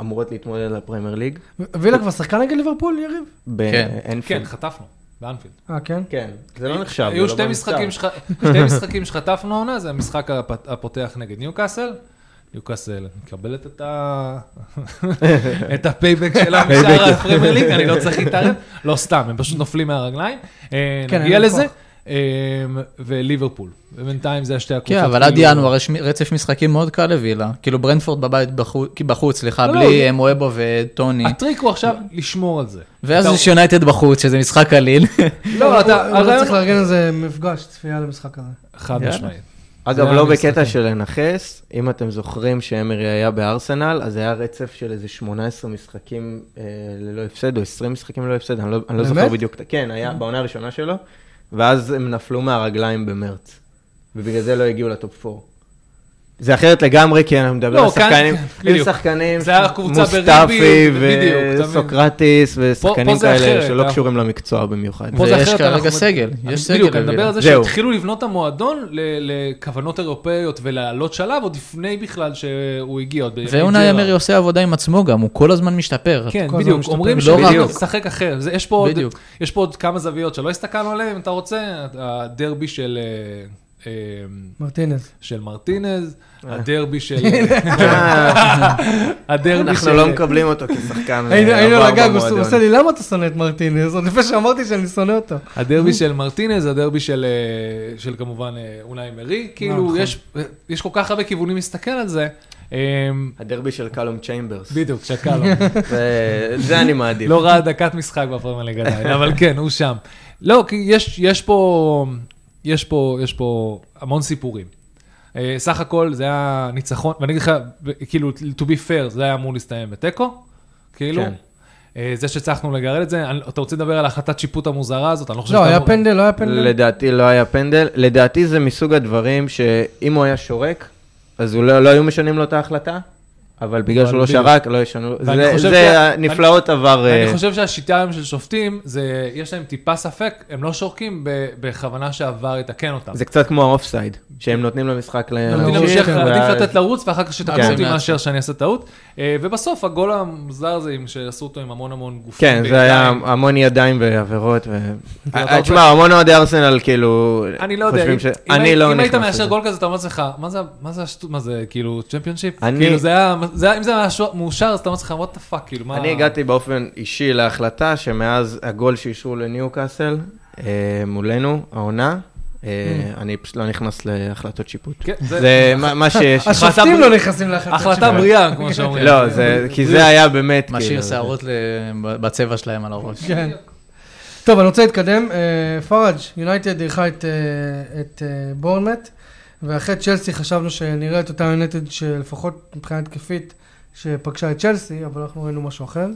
D: אמורות להתמודד על הפרמייר ליג.
A: וילה כבר שחקן נגד ליברפול, יריב?
C: כן.
B: כן,
D: באנפילד.
B: חטפנו, באנפילד.
A: אה, כן?
D: כן, זה לא נחשב. זה
B: היו
D: לא
B: שתי
D: במספר.
B: משחקים שח- (laughs) שתי משחקים שחטפנו העונה, זה המשחק הפ- הפותח נגד ניוקאסל. ניוקאסל מקבלת את ה... (laughs) את הפייבק שלה משאר הפרמייר ליג, אני לא צריך להתערב. לא סתם, הם פשוט נופלים מהרגליים. אה,
A: כן,
B: נגיע
A: אין
B: לזה.
A: כוח.
B: אה, וליברפול. ובינתיים זה השתי הקבוצות.
C: כן, אבל עד
B: כאילו-
C: ינואר יש מ- רצף משחקים מאוד קל לווילה. כאילו ברנדפורד בבית בחו- כי בחוץ, סליחה,
B: לא,
C: בלי
B: לא.
C: אה, מואבו וטוני.
B: הטריק הוא עכשיו לשמור על זה.
C: ואז
B: אתה-
C: יש יונייטד בחוץ, שזה משחק קליל.
B: לא, אתה...
A: הוא- הוא
B: הרעיון-
A: צריך לארגן איזה מפגש, צפייה למשחק הזה.
B: חד
C: יאללה.
B: משמעית.
D: אגב,
B: זה
D: לא
B: המשחקים.
D: בקטע של לנכס, אם אתם זוכרים שאמרי היה בארסנל, אז היה רצף של איזה 18 משחקים אה, ללא הפסד, או 20 משחקים ללא הפסד, אני לא- אני לא זוכר
A: באמת?
D: בדיוק. את ה- כן, היה בעונה הראשונה שלו, ואז הם נפלו מהרגליים במרץ, ובגלל זה לא הגיעו לטופ 4. זה אחרת לגמרי, כי אני מדבר
B: לא,
D: על שחקנים,
B: כאן- כן,
D: עם
B: בדיוק.
D: שחקנים,
B: זה היה קבוצה
D: מוסטפי
B: ברבי, בדיוק, אתה מבין.
D: וסוקרטיס ושחקנים
B: פה זה
D: כאלה
B: אחרת,
D: שלא
B: אה?
D: קשורים למקצוע במיוחד.
B: פה זה
C: ויש
B: אחרת,
C: כרגע
B: אנחנו-
C: סגל,
B: אני-
C: יש סגל
B: בדיוק, אני מדבר
C: בווילה.
B: על זה
D: זהו.
B: שהתחילו לבנות את המועדון ל- לכוונות אירופאיות ולעלות שלב עוד לפני בכלל שהוא הגיע. עוד בימי
C: ואונאי
B: ג'רארד.
C: אמרי עושה עבודה עם עצמו גם, הוא כל הזמן משתפר.
B: כן,
A: כל הזמן
B: בדיוק,
A: משתפר.
B: אומרים
A: לא
B: שהוא
C: רק-
B: משחק אחר. זה- יש פה עוד-
C: בדיוק.
B: יש פה עוד כמה זוויות שלא הסתכלנו עליהן, אם אתה רוצה, הדרבי של... אה, אה,
A: מרטינז.
B: של מרטינז, הדרבי של...
D: (laughs) אה,
B: הדרבי
D: אנחנו
B: של...
D: לא מקבלים אותו כשחקן.
A: היינו
D: אה,
A: היינו על
D: עבר
A: הגג, הוא
D: במועדון.
A: עושה לי, למה אתה שונא את מרטינז? עוד לפני שאמרתי שאני שונא אותו.
B: הדרבי של מרטינז, הדרבי של, אה, של כמובן אה, אונאי מרי, כאילו
A: נכון.
B: יש, יש כל כך הרבה כיוונים להסתכל על זה. אה,
D: הדרבי של קלום צ'יימברס.
B: בדיוק, שקל לו.
D: זה- זה אני מעדיף.
B: לא ראה דקת משחק בפרמייר ליג עדיין, אבל כן, הוא שם. לא, כי יש, יש פה, יש פה, יש פה המון סיפורים. אה, סך הכל זה היה ניצחון, ואני אגיד לך, ב- כאילו, to be fair, זה היה אמור להסתיים בתיקו, כאילו.
D: כן.
B: אה, זה שהצלחנו לגרד את זה, אני- אתה רוצה לדבר על החלטת שיפוט המוזרה הזאת? אני לא חושב
A: לא,
B: שאתה
A: היה
B: אמור-
A: פנדל, לא היה פנדל.
D: לדעתי לא היה פנדל. לדעתי זה מסוג הדברים שאם הוא היה שורק, אז הוא לא לא היו משנים לו את ההחלטה, אבל בגלל
B: אבל
D: שהוא לא
B: בדיוק.
D: שרק, לא ישנו.
B: ואני
D: זה-
B: חושב
D: זה
B: שה-
D: נפלאות עבר. אה,
B: אני חושב שהשיטה היום של שופטים, זה, יש להם טיפה ספק, הם לא שורקים ב- בכוונה שהעבר יתקן אותם.
D: זה קצת כמו האופסייד, שהם נותנים למשחק ל-
A: נותנים
B: נותנים
A: להמשיך,
B: לא, להמשיך,
D: ואז-
B: עדיף לתת לרוץ, ואחר כך שתקעו
D: כן.
B: אותי מאשר שאני אעשה טעות. אה, ובסוף, הגול המוזר הזה, עם- שעשו אותו עם המון המון גופים.
D: כן, זה היה
B: בידיים.
D: המון ידיים ועבירות. ו- אה,
B: הרבה-
D: תשמע, המון אוהדי ארסנל כאילו...
B: אני לא יודע,
D: חושבים
B: אם-
D: ש-
B: אם
D: אני
B: היית-
D: לא
B: אם היית
D: נכנס
B: מאשר
D: לזה.
B: גול כזה, אתה אומר לעצמך, מה זה- מה זה השטות, מה זה, כאילו, צ'מפיונשיפ?
D: אני-
B: כאילו, זה היה, זה היה- אם זה היה שו- מאושר, אז אתה אומר לעצמך, what the fuck, כאילו, מה...
D: אני הגעתי באופן אישי להחלטה שמאז הגול שאישרו לניוקאסל אה, מולנו, העונה, אה, אני פשוט לא נכנס להחלטות שיפוט.
B: כן, זה-
D: זה מה-
A: (laughs)
D: מה שיש.
A: אה, השופטים לא נכנסים להחלטה
B: החלטה בריאה, כמו שאומרים. כן.
D: לא, זה- כי זה היה באמת...
C: משאיר
D: כאילו, זה-
C: שערות ל- בצבע שלהם על הראש.
A: כן. טוב, אני רוצה להתקדם. אה, פראג', יונייטד אירחה את, אה, את אה, בורנמט, ואחרי צ'לסי חשבנו שנראה את אותה יונייטד שלפחות מבחינה התקפית, שפגשה את צ'לסי, אבל אנחנו ראינו משהו אחר.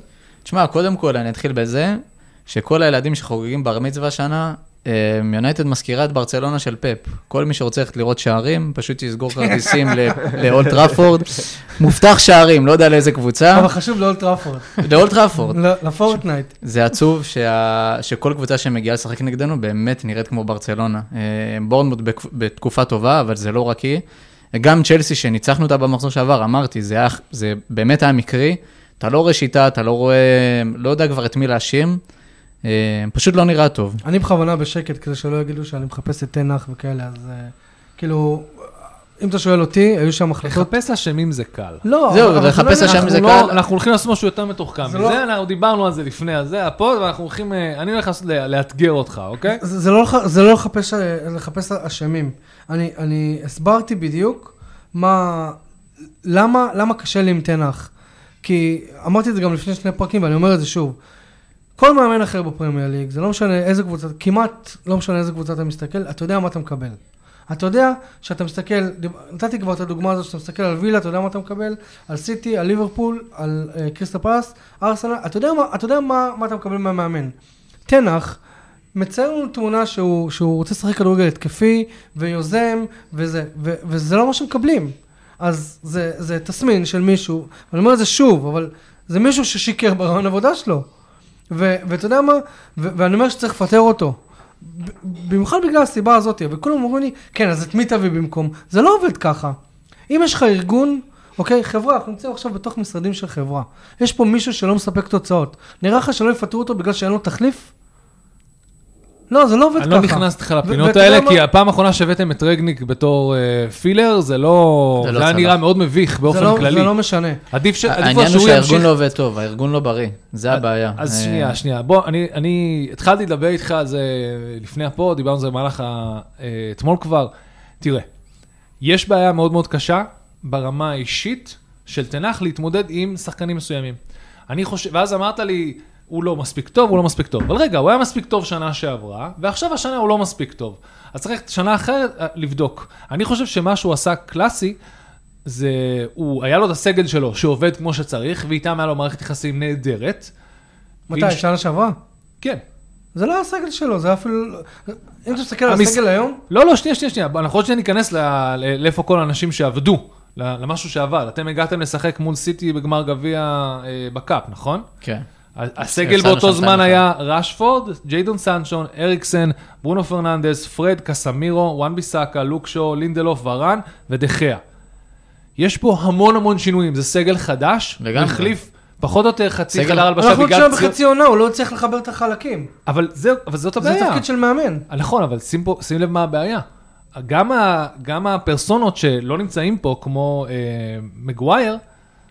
C: תשמע, קודם כל אני אתחיל בזה, שכל הילדים שחוגגים בר מצווה השנה, אה, יונייטד מזכירה את ברצלונה של פאפ. כל מי שרוצה ללכת לראות שערים, פשוט יסגור כרטיסים ל- לאולט טראפורד. מובטח שערים, לא יודע לאיזה קבוצה,
A: אבל חשוב לאולט טראפורד,
C: לאולט טראפורד.
A: ל- לפורטנייט.
C: זה עצוב שה... שכל קבוצה שמגיעה לשחק נגדנו באמת נראית כמו ברצלונה. אה, בורנמוט בק... בתקופה טובה, אבל זה לא רק היא. גם צ'לסי שניצחנו אותה במחזור שעבר, אמרתי, זה, היה... זה באמת היה מקרי. אתה לא רואה שיטה, אתה לא רואה, לא יודע כבר את מי להאשים. אה, פשוט לא נראה טוב.
A: אני בכוונה בשקט, כדי שלא יגידו שאני מחפש את תנח וכאלה, אז אה, כאילו, אם אתה שואל אותי, היו שם החלטות...
B: לחפש אשמים זה קל.
A: לא,
C: זהו,
A: אבל- אבל
C: לחפש
A: לא-
C: אשם
A: אנחנו
C: זה
A: לא-
C: קל.
B: אנחנו הולכים לעשות משהו יותר מתוחכם.
A: זה לא-
B: זה, אנחנו דיברנו על זה לפני, אז זה הפוד, ואנחנו הולכים, אה, אני הולך לעשות- לאתגר אותך, אוקיי?
A: זה זה לא, לח- זה לא לחפש, לחפש אשמים. אני, אני הסברתי בדיוק מה, למה, למה קשה לי עם תנח. כי אמרתי את זה גם לפני שני פרקים ואני אומר את זה שוב. כל מאמן אחר בפרמייר ליג, זה לא משנה איזה קבוצה, כמעט לא משנה איזה קבוצה אתה מסתכל, אתה יודע מה אתה מקבל. אתה יודע שאתה מסתכל, דיב- נתתי כבר את הדוגמה הזו, שאתה מסתכל על וילה, אתה יודע מה אתה מקבל, על סיטי, על ליברפול, על uh, קריסטה פלאס, ארסנל, אתה יודע, מה, אתה יודע מה, מה אתה מקבל מהמאמן. תנח מצייר לנו תמונה שהוא, שהוא רוצה לשחק כדורגל התקפי ויוזם וזה, ו, וזה לא מה שמקבלים. אז זה, זה תסמין של מישהו, אני אומר את זה שוב, אבל זה מישהו ששיקר ברעיון עבודה שלו. ו- ואתה יודע מה, ו- ואני אומר שצריך לפטר אותו. ב- במיוחד בגלל הסיבה הזאת, וכולם אומרים לי, כן, אז את מי תביא במקום? זה לא עובד ככה. אם יש לך ארגון, אוקיי, חברה, אנחנו נמצאים עכשיו בתוך משרדים של חברה. יש פה מישהו שלא מספק תוצאות. נראה לך שלא יפטרו אותו בגלל שאין לו תחליף? לא, זה לא עובד
B: אני
A: ככה.
B: לא נכנס איתך
A: ו- לא-
B: לפינות
A: ואתה יודע
B: האלה,
A: מה?
B: כי הפעם האחרונה שהבאתם את רגניק בתור אה, פילר, זה לא...
C: זה לא
B: זה היה
C: צלח.
B: נראה מאוד מביך
A: זה לא-
B: באופן כללי.
A: זה לא משנה.
B: עדיף ש- עדיף כבר
C: העניין הוא
B: שהוא
C: שהארגון
B: ימשיך...
C: לא עובד טוב, הארגון לא בריא, זה הבעיה.
B: אז
C: אה,
B: שנייה, שנייה. בוא, אני- אני התחלתי לדבר איתך על זה לפני הפוד, דיברנו על זה במהלך ה- אה, אתמול כבר. תראה, יש בעיה מאוד מאוד קשה ברמה האישית של תנח להתמודד עם שחקנים מסוימים. אני חושב, ואז אמרת לי, הוא לא מספיק טוב, הוא לא מספיק טוב. אבל רגע, הוא היה מספיק טוב שנה שעברה, ועכשיו השנה הוא לא מספיק טוב. אז צריך שנה אחרת אה, לבדוק. אני חושב שמה שהוא עשה קלאסי, זה, הוא, היה לו את הסגל שלו שעובד כמו שצריך, ואיתם היה לו מערכת יחסים נהדרת.
A: מתי,
B: ואם-
A: שנה שעברה?
B: כן.
A: זה לא הסגל שלו, זה אפילו... לא- אם אתה מסתכל על
B: המס-
A: הסגל היום,
B: לא, לא, שנייה, שנייה, שנייה. אנחנו עוד שנייה ניכנס ל- ל- לאיפה כל האנשים שעבדו, ל- למשהו שעבד. אתם הגעתם לשחק מול סיטי בגמר גביע אה, בקאפ, נכון?
C: כן.
B: ה- הסגל
C: הפסדנו
B: באותו
C: שם
B: זמן
C: שתיים
B: היה רשפורד, ג'יידון סנצ'ון, אריקסן, ברונו פרננדס, פרד, קסמירו, וואן ביסאקה, לוקשו, לינדלוף, ורן ודחיה. יש פה המון המון שינויים, זה סגל חדש,
C: לגמרי.
B: החליף פחות או יותר חצי
C: סגל-
B: חדר הלבשה
A: אנחנו עוד
B: בגלל
A: שנה
B: פציעות,
A: בחצי עונה, הוא לא צריך לחבר את החלקים.
B: אבל זה- אבל זאת
A: זה
B: הבעיה.
A: תפקיד של מאמן.
B: נכון, אבל שים, פה, שים לב מה הבעיה. גם, ה, גם הפרסונות שלא נמצאים פה, כמו אה, מגווייר,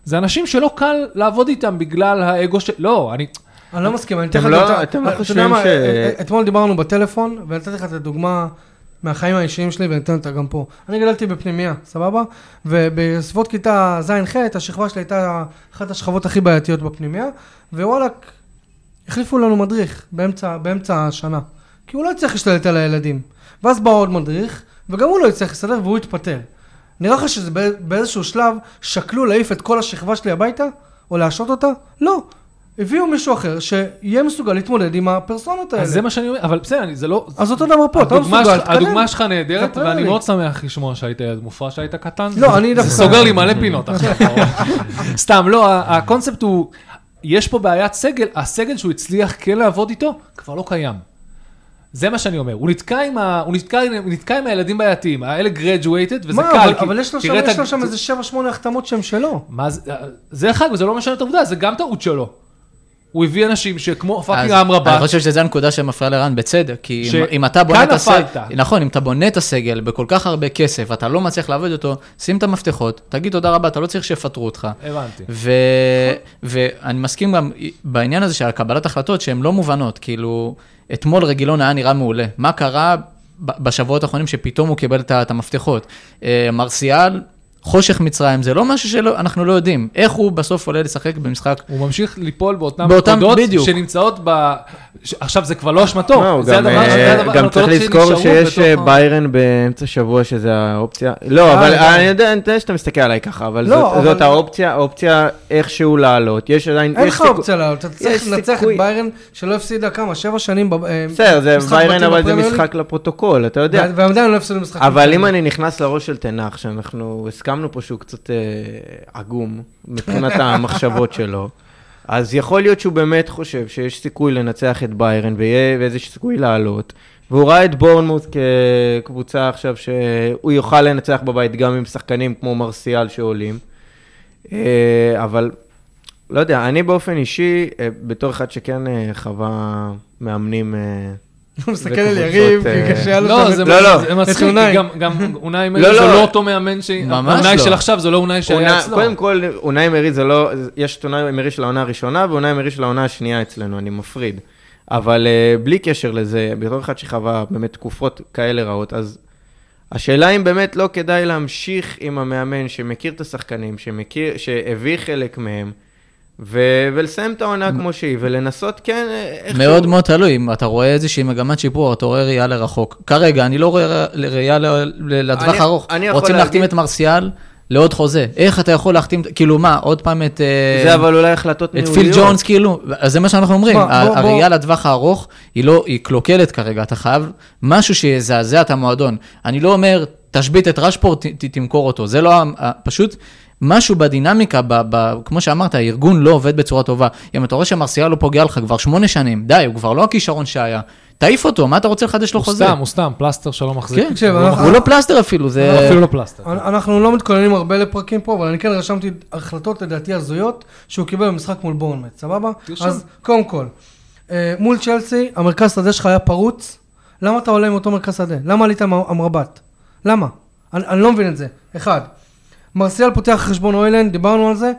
B: זה אנשים שלא קל לעבוד איתם בגלל האגו של... לא, אני...
A: אני לא מסכים, אני אתן לך...
D: אתם לא-
A: את ה-
D: אתם לא
A: אתה
D: חושבים
A: יודע מה,
D: ש-
A: את- אתמול דיברנו בטלפון, ונתתי לך את הדוגמה מהחיים האישיים שלי, ואני אתן אותה גם פה. אני גדלתי בפנימייה, סבבה? ובסביבות כיתה ז'-ח', השכבה שלי הייתה אחת השכבות הכי בעייתיות בפנימייה, ווואלאק, החליפו לנו מדריך באמצע, באמצע השנה. כי הוא לא הצליח להשתלט על הילדים. ואז בא עוד מדריך, וגם הוא לא הצליח להסתדר, והוא התפטר. נראה לך שזה בא- באיזשהו שלב שקלו להעיף את כל השכבה שלי הביתה? או להשעות אותה? לא. הביאו מישהו אחר שיהיה מסוגל להתמודד עם הפרסונות האלה.
B: אז זה מה שאני אומר, אבל בסדר, אני- זה לא...
A: אז אותו דבר פה, אתה לא
B: הדוגמה
A: מסוגל,
B: שלך-
A: תתקדם.
B: הדוגמה שלך נהדרת,
A: תספר
B: ואני
A: לי.
B: מאוד שמח לשמוע שהיית ילד מופרע, שהיית קטן.
A: לא, אני דווקא-
B: זה סוגר לי מלא
A: (laughs)
B: פינות עכשיו. סתם, לא, ה- הקונספט הוא, יש פה בעיית סגל, הסגל שהוא הצליח כן לעבוד איתו, כבר לא קיים. זה מה שאני אומר, הוא נתקע עם, ה... הוא נתקע, הוא נתקע עם הילדים בעייתיים, האלה graduated, וזה
A: מה,
B: קל.
A: אבל,
B: כי-
A: אבל יש לו שם,
B: תראה את
A: יש לו
B: ה-
A: שם איזה 7-8 החתמות שהן שלו.
B: מה זה, זה אחד, וזה לא משנה את העובדה, זה גם טעות שלו. הוא הביא אנשים שכמו פאקינג
C: אז
B: אמרבט,
C: אני חושב שזו הנקודה שמפריעה לרן בצדק, כי
B: ש-
C: אם- אם אתה בונה
B: כאן
C: את הסגל,
B: נפלת.
C: נכון, אם אתה בונה את הסגל בכל כך הרבה כסף, ואתה לא מצליח לעבוד אותו, שים את המפתחות, תגיד תודה רבה, אתה לא צריך שיפטרו אותך.
B: הבנתי.
C: ו... ואני מסכים גם בעניין הזה של הקבלת החלטות שהן לא מובנות, כאילו, אתמול רגילון היה נראה מעולה. מה קרה ב- בשבועות האחרונים שפתאום הוא קיבל את ה- את המפתחות? אה, מרסיאל, חושך מצרים, זה לא משהו שאנחנו לא יודעים. איך הוא בסוף עולה לשחק במשחק
B: הוא ממשיך ליפול באותן
C: באותן-
B: נקודות
C: בדיוק.
B: שנמצאות ב... ש... עכשיו זה כבר לא
D: מה,
B: אשמתו,
D: הוא
B: זה
D: גם,
B: הדבר,
D: אה,
B: זה הדבר,
D: גם
B: הנקודות
D: צריך לזכור
B: שנשארו
D: שיש אה,
B: בתוך ה-
D: ביירן באמצע שבוע שזה האופציה. לא,
A: אה,
D: אבל
A: לגמרי.
D: אני יודע אני יודע שאתה מסתכל עליי ככה, אבל
A: לא,
D: זאת-
A: אבל-
D: זאת האופציה, האופציה איכשהו לעלות. יש עדיין,
A: אין
D: יש
A: לך
D: סיכו-
A: אופציה לעלות, אתה צריך
D: יש
A: לנצח את
D: סיכוי.
A: ביירן שלא הפסידה כמה, 7 שנים. בב- אה,
D: בסדר, זה
A: משחק
D: ביירן,
A: בתים
D: אבל זה
A: בפרמייר
D: משחק לפרוטוקול, אתה יודע.
A: וה- ועדיין לא הפסידו משחק.
D: אבל אם אני נכנס לראש של תנח, שאנחנו הסכמנו פה שהוא קצת אה, עגום
A: (laughs)
D: מבחינת המחשבות שלו, אז יכול להיות שהוא באמת חושב שיש סיכוי לנצח את ביירן ויהיה ואיזה סיכוי לעלות. והוא ראה את בורנמוס כקבוצה עכשיו שהוא יוכל לנצח בבית גם עם שחקנים כמו מרסיאל שעולים. אה, אבל לא יודע, אני באופן אישי, אה, בתור אחד שכן אה, חווה מאמנים... אה,
A: הוא מסתכל על
D: וקבוצות,
A: יריב,
D: אה,
A: כי קשה לו
B: לא,
A: שם
B: זה
A: את-
D: לא, לא.
B: זה מצחיק,
A: אונאי.
B: כי גם- גם אונאי מרי
D: לא,
B: זה
D: לא.
B: לא אותו מאמן, ש-
C: ממש
B: אונאי
C: לא.
B: של עכשיו זה לא אונאי שהיה
D: עונה-
B: אצלו.
D: קודם כל, אונאי מרי זה לא, יש את אונאי מרי של העונה הראשונה ואונאי מרי של העונה השנייה אצלנו, אני מפריד. אבל uh, בלי קשר לזה, בתור אחד שחווה באמת תקופות כאלה רעות, אז השאלה אם באמת לא כדאי להמשיך עם המאמן שמכיר את השחקנים, שמכיר, שהביא חלק מהם, ו- ולסיים את העונה כמו שהיא, ולנסות כן אה, איכשהו...
C: מאוד מאוד תלוי, אם אתה רואה איזושהי מגמת שיפור, אתה רואה ראייה לרחוק. כרגע, אני לא רואה ר- ראייה ל- ל- לטווח
D: אני-
C: ארוך.
D: אני יכול
C: רוצים להחתים
D: להגיד-
C: את מרסיאל לעוד חוזה. איך אתה יכול להחתים, כאילו מה, עוד פעם את... אה,
D: זה אבל אולי החלטות
C: את
D: ניהוליות.
C: פיל ג'ונס, כאילו, אז זה מה שאנחנו אומרים,
A: בוא, בוא,
C: ה-
A: בוא.
C: הראייה לטווח הארוך היא לא, היא קלוקלת כרגע, אתה חייב משהו שיזעזע את המועדון. אני לא אומר, תשבית את רשפורט, ת- ת- תמכור אותו, זה לא, ה- ה- פשוט משהו בדינמיקה, ב, ב, כמו שאמרת, הארגון לא עובד בצורה טובה. אם אתה רואה שהמרסיאל לא פוגע לך כבר שמונה שנים, די, הוא כבר לא הכישרון שהיה, תעיף אותו, מה אתה רוצה לחדש לו
B: הוא
C: חוזה?
B: סתם, הוא סתם, פלסטר שלא מחזיק.
C: כן,
A: תקשיב,
B: הוא
A: אנחנו-
C: הוא לא פלסטר אפילו, זה...
B: אפילו לא פלסטר.
A: אנ- אנחנו לא מתכוננים הרבה לפרקים פה, אבל אני כן רשמתי החלטות לדעתי הזויות שהוא קיבל במשחק מול בורנמט, סבבה?
B: תרשום.
A: אז קודם כל, אה, מול צ'לסי, המרכז שדה שלך היה פרוץ, למה אתה עולה עם אותו מרכז שדה? למה עלית עם אמרבת? למה? אני, אני לא מבין את זה. אחד, מרסיאל פותח חשבון אוילנד, דיברנו על זה,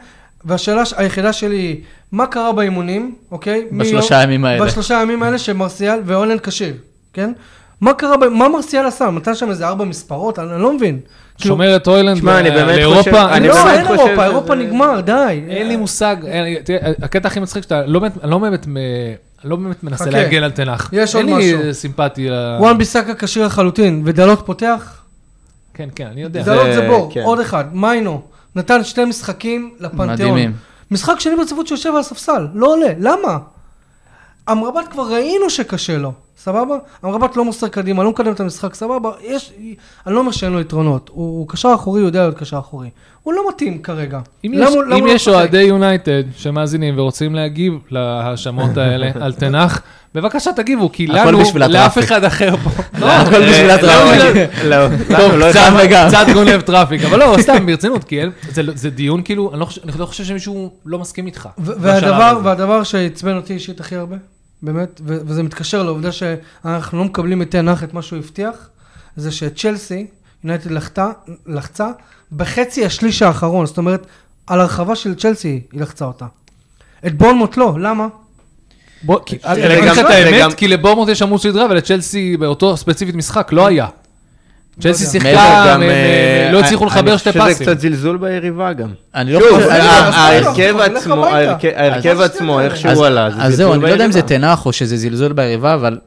A: והשאלה ש- היחידה שלי היא, מה קרה באימונים, אוקיי? מיום-
C: בשלושה הימים האלה.
A: בשלושה הימים האלה שמרסיאל ואוילנד כשיר, כן? מה קרה, ב- מה מרסיאל עשה? נתן שם איזה ארבע מספרות? אני, אני לא מבין. כאילו,
B: שומר את הוילנד
D: שמע, אני באמת חושב-
B: אה, לאירופה.
D: אני
B: לא,
A: לא,
D: באמת
A: אין
D: חושב
A: אירופה,
D: שזה-
A: אירופה נגמר, די.
B: אין לי מושג, אין- תראה, הקטע הכי מצחיק שאתה לא באמת- אני לא באמת מ- אני לא באמת מנסה
A: חכה.
B: להגן על תנח.
A: יש עוד
B: אין
A: משהו.
B: לי סימפטי. ל-
A: וואן ביסאקה כשיר לחלוטין, ודלות פותח,
B: כן, כן, אני יודע.
D: זה-
A: דלות זה לא בור,
D: כן.
A: עוד אחד, מיינו, נתן שתי משחקים לפנתיאון.
C: מדהימים.
A: משחק שני ברציפות שיושב על הספסל, לא עולה, למה? אמרבת כבר ראינו שקשה לו, סבבה? אמרבת לא מוסר קדימה, לא מקדם את המשחק, סבבה? יש, אני לא אומר שאין לו יתרונות. הוא, הוא קשר אחורי, הוא יודע להיות קשר אחורי. הוא לא מתאים כרגע.
B: אם
A: למה
B: יש,
A: הוא- למה
B: אם
A: הוא לא
B: יש
A: משחק?
B: אוהדי יונייטד שמאזינים ורוצים להגיב
A: (laughs)
B: להאשמות האלה על תנח, בבקשה תגיבו, כי
C: הכל
B: לנו,
C: בשביל
B: לאף
C: הטראפיק.
B: אחד אחר
D: (laughs)
B: פה. לא,
C: הכל
B: אה,
C: בשביל
B: לא,
C: הטראפיק. (laughs)
D: לא,
C: טוב,
D: לנו לא
C: קצת וגם.
B: קצת גונב טראפיק, אבל לא, סתם, ברצינות, כי אין- זה לא- זה דיון כאילו, אני לא חושב- אני לא חושב שמישהו לא מסכים איתך.
A: ו-
B: בשלב
A: והדבר,
B: הזה.
A: והדבר שעצבן אותי אישית הכי הרבה, באמת, ו- וזה מתקשר לעובדה שאנחנו לא מקבלים מתנ"ך את מה שהוא הבטיח, זה שצ'לסי, יונייטד לחתה, לחצה בחצי השליש האחרון, זאת אומרת, על הרחבה של צ'לסי היא לחצה אותה. את בורנמוט לא, למה?
B: בוא, כי-
D: תראה,
B: אני אגיד
D: גם-
B: לך את
D: תראה,
B: האמת,
D: גם-
B: כי לבורמוט יש עמוד סדרה ולצ'לסי באותו ספציפית משחק לא היה. צ'לסי
A: לא יודע.
B: שיחקה,
D: מעבר גם,
B: הם- הם-
D: אה,
B: הם לא הצליחו
D: אני
B: לחבר שתי
D: חושב שזה
B: פסים.
D: קצת זלזול ביריבה גם.
C: אני לא
D: שוב,
C: חושב...
A: אני-
D: ה-
A: אז
D: ההרכב
A: לא, אז
D: עצמו,
A: לך הביתה.
D: ההרכב-
A: אז
D: ההרכב עצמו,
A: שנייה.
D: איך
C: אז-
D: שהוא עלה, זה כאילו
C: אז זהו,
D: זלזול
C: אני לא יודע אם זה
D: ביריבה.
C: תנח או שזה זלזול ביריבה, אבל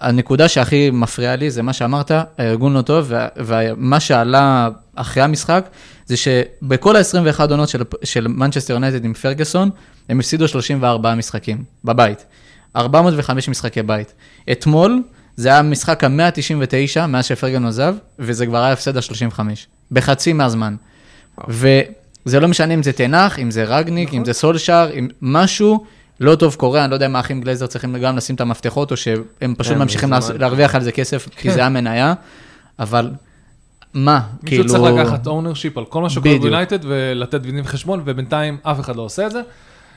C: הנקודה שהכי מפריעה לי זה מה שאמרת, הארגון לא טוב, וה- ומה שעלה אחרי המשחק, זה שבכל ה-21 עונות של- של מנצ'סטר יונטד עם פרגוסון, הם הפסידו 34 משחקים בבית. 405 משחקי בית. אתמול זה היה המשחק ה-199 מאז שפרגון עזב, וזה כבר היה הפסד ה-35. בחצי מהזמן. וזה לא משנה אם זה תנח, אם זה רגניק, אם זה סולשאר, אם משהו לא טוב קורה, אני לא יודע אם האחים גלייזר צריכים גם לשים את המפתחות, או שהם פשוט
D: כן,
C: ממשיכים
D: זה
C: לעש-
D: מאוד. כן.
C: להרוויח על זה כסף, כי זה המניה, אבל מה, כאילו...
B: מישהו צריך לקחת ownership על כל מה שקורה
C: בדיוק.
B: ביונייטד ולתת דין וחשבון, ובינתיים אף אחד לא עושה את זה.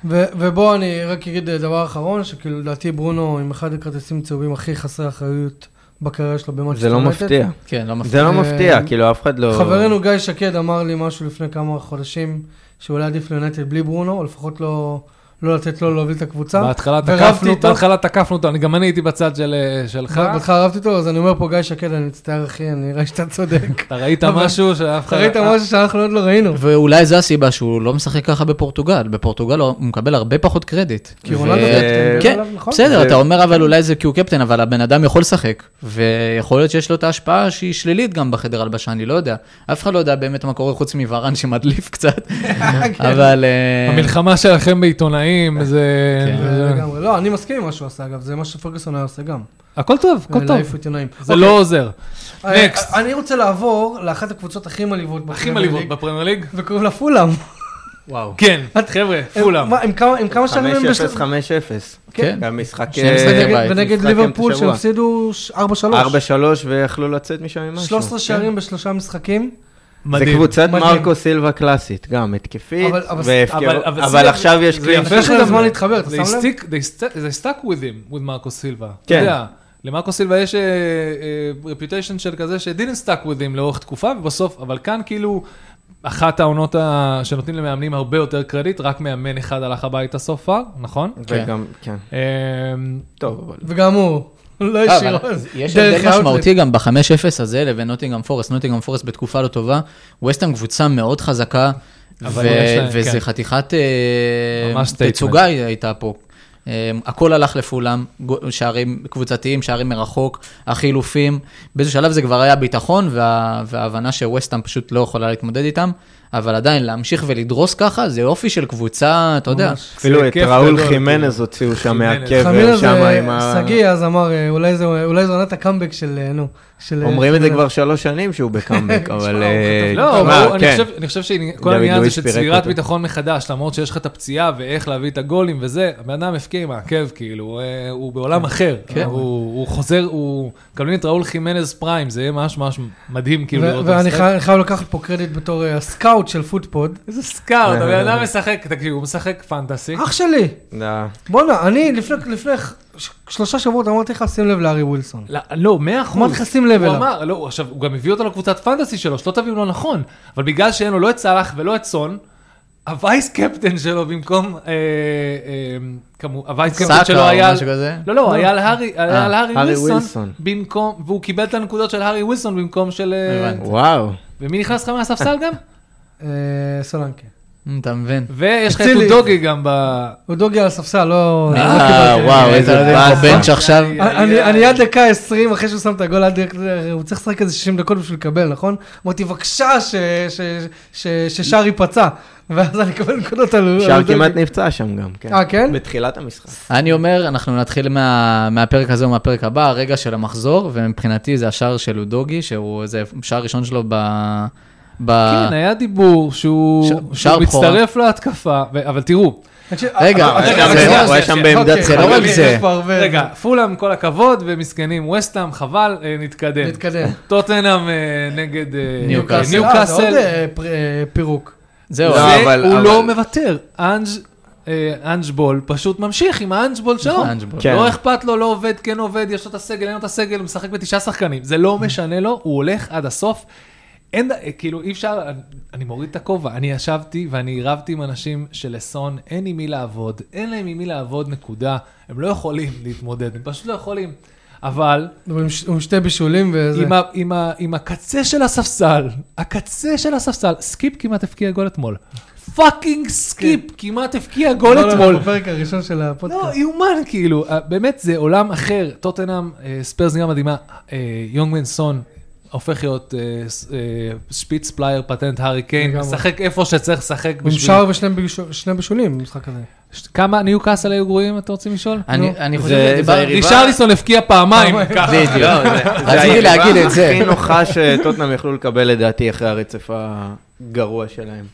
A: ו- ובוא אני רק אגיד אה, דבר אחרון, שכאילו לדעתי ברונו עם אחד הכרטיסים הצהובים הכי חסרי אחריות בקריירה שלו במאצ'סטר
D: זה לא מפתיע.
C: כן, לא מפתיע.
D: זה לא מפתיע,
A: אה,
D: כאילו אף אחד לא...
A: חברנו גיא שקד אמר לי משהו לפני כמה חודשים, שאולי עדיף ליונטד בלי ברונו, או לפחות לא, לא לתת לו להוביל את הקבוצה.
B: בהתחלה
A: ורבתי
B: תקפנו,
A: איתו.
B: בהתחלה תקפנו אותו, אני- גם אני הייתי בצד של, אה, שלך.
A: בהתחלה אהבתי אותו, אז אני אומר פה גיא שקד, אני מצטער אחי, אני נראה שאתה צודק.
B: (laughs) אתה ראית
A: אבל-
B: משהו שאף אחד...
A: אתה ראית משהו שאנחנו עוד לא ראינו.
C: ואולי זו הסיבה שהוא לא משחק ככה בפורטוגל. בפורטוגל הוא מקבל הרבה פחות קרדיט.
A: כי רונלדו
C: ו-
A: קפטן,
C: כן,
A: עליו, נכון?
C: בסדר,
D: נכון. זה- כן.
C: אתה אומר אבל אולי זה כי הוא קפטן, אבל הבן אדם יכול לשחק, ויכול להיות שיש לו את ההשפעה שהיא שלילית גם בחדר הלבשה, אני לא יודע. אף אחד לא יודע באמת מה קורה חוץ מוורן שמדליף
A: (laughs)
C: קצת,
D: כן.
A: כן.
C: אבל... אה,
B: המלחמה שלכם בעיתונאים, זה...
C: כן.
A: זה
B: זה-
A: לגמרי. לא, אני מסכים עם מה שהוא עשה, אגב, זה מה שפרגוסון היה עושה גם.
B: הכל טוב, הכל טוב.
A: להעיף עיתונאים.
B: זה
A: אוקיי,
B: לא עוזר.
A: אה,
B: נקסט.
A: אני רוצה לעבור לאחת הקבוצות הכי מלאיבות
B: הכי
A: בפרמייר
B: מלאיבות
A: ליג,
B: בפרמייר ליג?
A: וקוראים לה פולאם.
C: וואו.
B: כן, חבר'ה, פולאם.
A: הם- מה, הם כמה- הם כמה שערים הם
D: 5-0,
A: בשלב?
D: 5-0.
C: כן.
D: גם משחק...
C: שני משחקי
D: אה,
A: ונגד-
C: בית,
A: ונגד
D: משחק
A: ליברפול
D: אמצע שבוע.
A: שהם הפסידו ש- 4-3.
D: 4-3 ויכלו לצאת משם עם משהו.
A: 13
D: כן.
A: שערים בשלושה משחקים.
D: זה
B: מדהים.
D: קבוצת
A: מדהים.
D: מרקו סילבה קלאסית, גם התקפית,
A: אבל- אבל-
D: והפקרות,
B: אבל- אבל
D: אבל
B: סילבה-
D: עכשיו יש
B: זה יפה
A: יש לך
B: שזה-
A: זמן להתחבר, אתה
B: They
A: שם לב?
B: stick- they st- They stuck with him, with מרקו סילבה. אתה
D: כן.
B: יודע, למרקו סילבה יש רפיוטיישן של כזה ש- didn't stuck with him לאורך תקופה, ובסוף, אבל כאן כאילו, אחת העונות ה- שנותנים למאמנים הרבה יותר קרדיט, רק מאמן אחד הלך הביתה so far, נכון?
D: וגם, כן.
B: אמ,
D: טוב, אבל...
A: וגם הוא, לא
C: אה,
A: ישירות.
C: יש
A: דרך
C: הבדל
A: האוטלט.
C: משמעותי גם ב-5-0 הזה לבין נוטינגאם פורסט. נוטינגאם פורסט בתקופה לא טובה, ווסטהאם קבוצה מאוד חזקה,
B: אבל
C: ו-
B: יש להם,
C: וזה
B: כן.
C: חתיכת אה,
B: ממש statement.
C: תצוגה הי- הייתה פה. אה, הכל הלך לפולם, גו- שערים קבוצתיים, שערים מרחוק, החילופים. באיזשהו שלב זה כבר היה ביטחון, וה- וההבנה שווסטהאם פשוט לא יכולה להתמודד איתם, אבל עדיין להמשיך ולדרוס ככה, זה אופי של קבוצה, אתה יודע.
A: ממש.
D: אפילו את
B: כיף
D: ראול
B: גדול,
D: חימנז הוציאו שם
B: חימנז.
D: מהקבר,
A: חמילה
D: שם כן, עם
A: זה,
D: ה...
A: אה, שגיא אז אמר, אה, אולי זה אולי זו עונת הקאמבק של, אה, נו, של...
D: אומרים את זה
A: של-
D: כבר שלוש שנים שהוא
A: (laughs)
D: בקאמבק, אבל...
A: תשמע, הוא
D: אה,
A: חטף-
B: לא,
D: תשמע,
B: אבל הוא- אני
D: כן.
B: חושב- אני חושב שכל
D: דוד
B: העניין הזה
D: לואיס
B: של
D: פירק
B: צבירת
D: אותו.
B: ביטחון מחדש, למרות שיש לך את הפציעה ואיך להביא את הגולים וזה, הבן אדם הפקיע עם העקב, כאילו, אה, הוא בעולם אחר.
C: כן.
B: הוא הוא חוזר, הוא... מקבלים את ראול חימנז פריים, זה יהיה ממש ממש מדהים, כאילו,
A: ו-
B: לראות את
A: ואני
B: המשחק.
A: חי- חייב לקחת פה קרדיט בתור אה, הסקאוט של פוטפוד.
B: איזה סקאוט,
D: אה.
B: הבן אדם משחק, תקשיב, הוא משחק פנטסי.
A: אח שלי,
D: לא.
A: בואנה, אני לפני לפני ש- שלושה שבועות אמרתי לך, שים לב לארי ווילסון.
D: אה.
B: לא, לא, מאה אחוז.
A: אמרתי לך, שים לב
B: הוא
A: אליו.
B: אמר, לא, הוא- עכשיו, הוא גם הביא אותו לקבוצת פנטסי שלו, שלא תביאו לא נכון. אבל בגלל שאין לו לא את סאלח ולא את סון, הווייס קפטן שלו במקום, אה, אה, כמו, הווייס
C: סאקה
B: קפטן שלו
C: או
B: היה...
C: משהו כזה? אה,
B: לא, לא, היה על הארי היה על הארי
D: הארי
B: ווילסון,
D: ווילסון.
B: במקום, והוא קיבל את הנקודות של הארי ווילסון במקום של... אה,
C: הבנתי.
D: וואו.
C: (laughs)
B: ומי נכנס לך מהספסל גם?
A: אה, סולנקה.
C: אמ, אתה מבין?
B: ויש לך את
A: אצילי.
B: דוגי גם ב...
A: הוא דוגי על הספסל, לא... לא
C: אה,
A: קיבלתי.
C: וואו,
D: אה,
C: איזה כמו
D: אה, אה,
C: בנץ'
B: אה,
C: עכשיו.
A: אני- אני- אני עד דקה 20 אחרי שהוא שם את הגול, עד דקה- הוא צריך לשחק איזה 60 דקות בשביל לקבל, נכון? אמרתי, בבקשה ש- ש- ש- ששער ייפצע, ואז אני אקבל נקודות על... על
D: שער
A: דוגי.
D: כמעט נפצע שם גם, כן.
A: אה, כן?
D: בתחילת המשחק.
C: אני אומר, אנחנו נתחיל מה, מהפרק הזה ומהפרק הבא, הרגע של המחזור, ומבחינתי זה השער של לודוגי, שהוא, זה השער הראשון שלו ב... ב...
B: כן, היה דיבור שהוא
C: אה. ש-
B: שהוא
C: שער בכורה.
B: מצטרף להתקפה, ו- אבל תראו,
A: תקשיב,
C: רגע,
A: אבל-
C: אבל-
A: רגע, אבל
B: זה-
A: שנייה,
B: הוא היה שם
A: שנייה,
D: בעמדת
A: אוקיי,
C: חלוץ.
A: אבל יש
C: זה-
A: פה הרבה-
B: רגע, פולאם כל הכבוד, ומסכנים ווסטהאם, חבל, אה, נתקדם.
A: נתקדם.
B: טוטנאם אה, נגד אה,
C: ניוקאסל.
A: אה, זה עוד
B: ניוקאסל.
A: אה, פר- אה, פירוק.
C: זהו,
D: לא,
B: זה-
D: אבל-
B: הוא
D: אבל-
B: לא מוותר. אנג' אה, אנג' בול פשוט ממשיך עם האנג' בול שלו.
C: נכון, אנג' בול.
D: כן.
B: לא אכפת לו, לא עובד, כן עובד, יש לו את הסגל, אין לו את הסגל, הוא משחק בתשעה שחקנים. זה לא
D: Mm.
B: משנה לו, הוא הולך עד הסוף. אין, אה, כאילו, אי אפשר, אני- אני מוריד את הכובע. אני ישבתי ואני רבתי עם אנשים שלסון, אין עם מי לעבוד, אין להם עם מי לעבוד, נקודה. הם לא יכולים להתמודד, הם פשוט לא יכולים. אבל
A: הוא עם ש- הוא עם שתי בישולים וזה. לא,
B: עם, ה, עם, ה, עם הקצה של הספסל, הקצה של הספסל, סקיפ כמעט הבקיע גול אתמול. פאקינג סקיפ כמעט הבקיע גול
A: כן. לא, לא,
B: אתמול.
A: בפרק הראשון של
B: לא,
A: הפודקאסט.
B: יאומן כאילו, אה, באמת זה עולם אחר, טוטנאם, אה, ספיירס נראה מדהימה, אה, יונגמן סון הופך להיות אה, ס- אה, שפיץ פלייר פטנט הארי קיין,
A: לגמרי.
B: משחק איפה שצריך לשחק
A: הוא עם
B: בשביל...
A: שער ושני בישול- שני בישולים במשחק הזה.
B: ש- כמה ניו קאסל היו גרועים, אתם רוצים לשאול? אה,
C: אני,
A: נו,
C: אני
D: זה-
C: חושב
D: זה
C: שדיברתי...
D: היריבה.
B: רישרליסון הבקיע פעמיים, ככה. לא,
C: בדיוק.
D: (laughs)
C: רציתי
D: היריבה
C: להגיד את זה.
D: הכי נוחה שטוטנאם יכלו לקבל לדעתי אחרי הרצף הגרוע שלהם.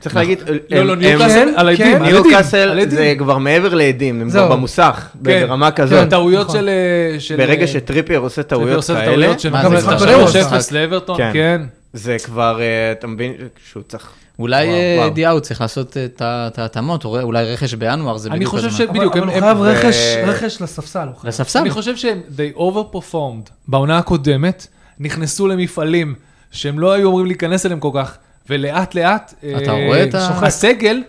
D: צריך להגיד,
B: לא,
D: הם-
B: לא,
D: הם-
B: ניו קאסל,
A: כן,
B: על העדים,
A: כן.
B: על העדים, על
D: ניוקאסל
B: העדים.
D: זה כבר מעבר לעדים, הם
A: זהו.
D: כבר במוסך, ברמה כזאת.
B: כן, טעויות
A: נכון.
B: של... אה, של,
D: ברגע
B: אה,
D: שטריפר עושה
B: טריפר
D: טעויות
B: עושה את
D: כאלה,
B: הטעויות של
C: מה,
A: זה
B: מכבי
A: משחק
B: חיפה,
A: בלאומס.
B: 3-0 לאברטון,
D: כן.
B: כן.
D: זה כבר, אה, אתה מבין שהוא צריך...
C: אולי
D: וואו,
C: אה,
D: וואו.
C: דיאו צריך לעשות את ה- את ההתאמות, או- אולי רכש בינואר, זה
B: אני
C: בדיוק
B: חושב
C: הזמן.
B: ש- בדיוק,
A: אבל-
B: הם-
A: אבל הוא
B: הם-
A: חייב
B: ו-
A: רכש- רכש לספסל. הוא חייב.
C: לספסל.
B: אני חושב שהם, they overperformed בעונה הקודמת, נכנסו למפעלים שהם לא היו אמורים להיכנס אליהם כל כך, ולאט לאט,
C: אתה
B: אה,
C: רואה את ה-
B: שוחק. הסגל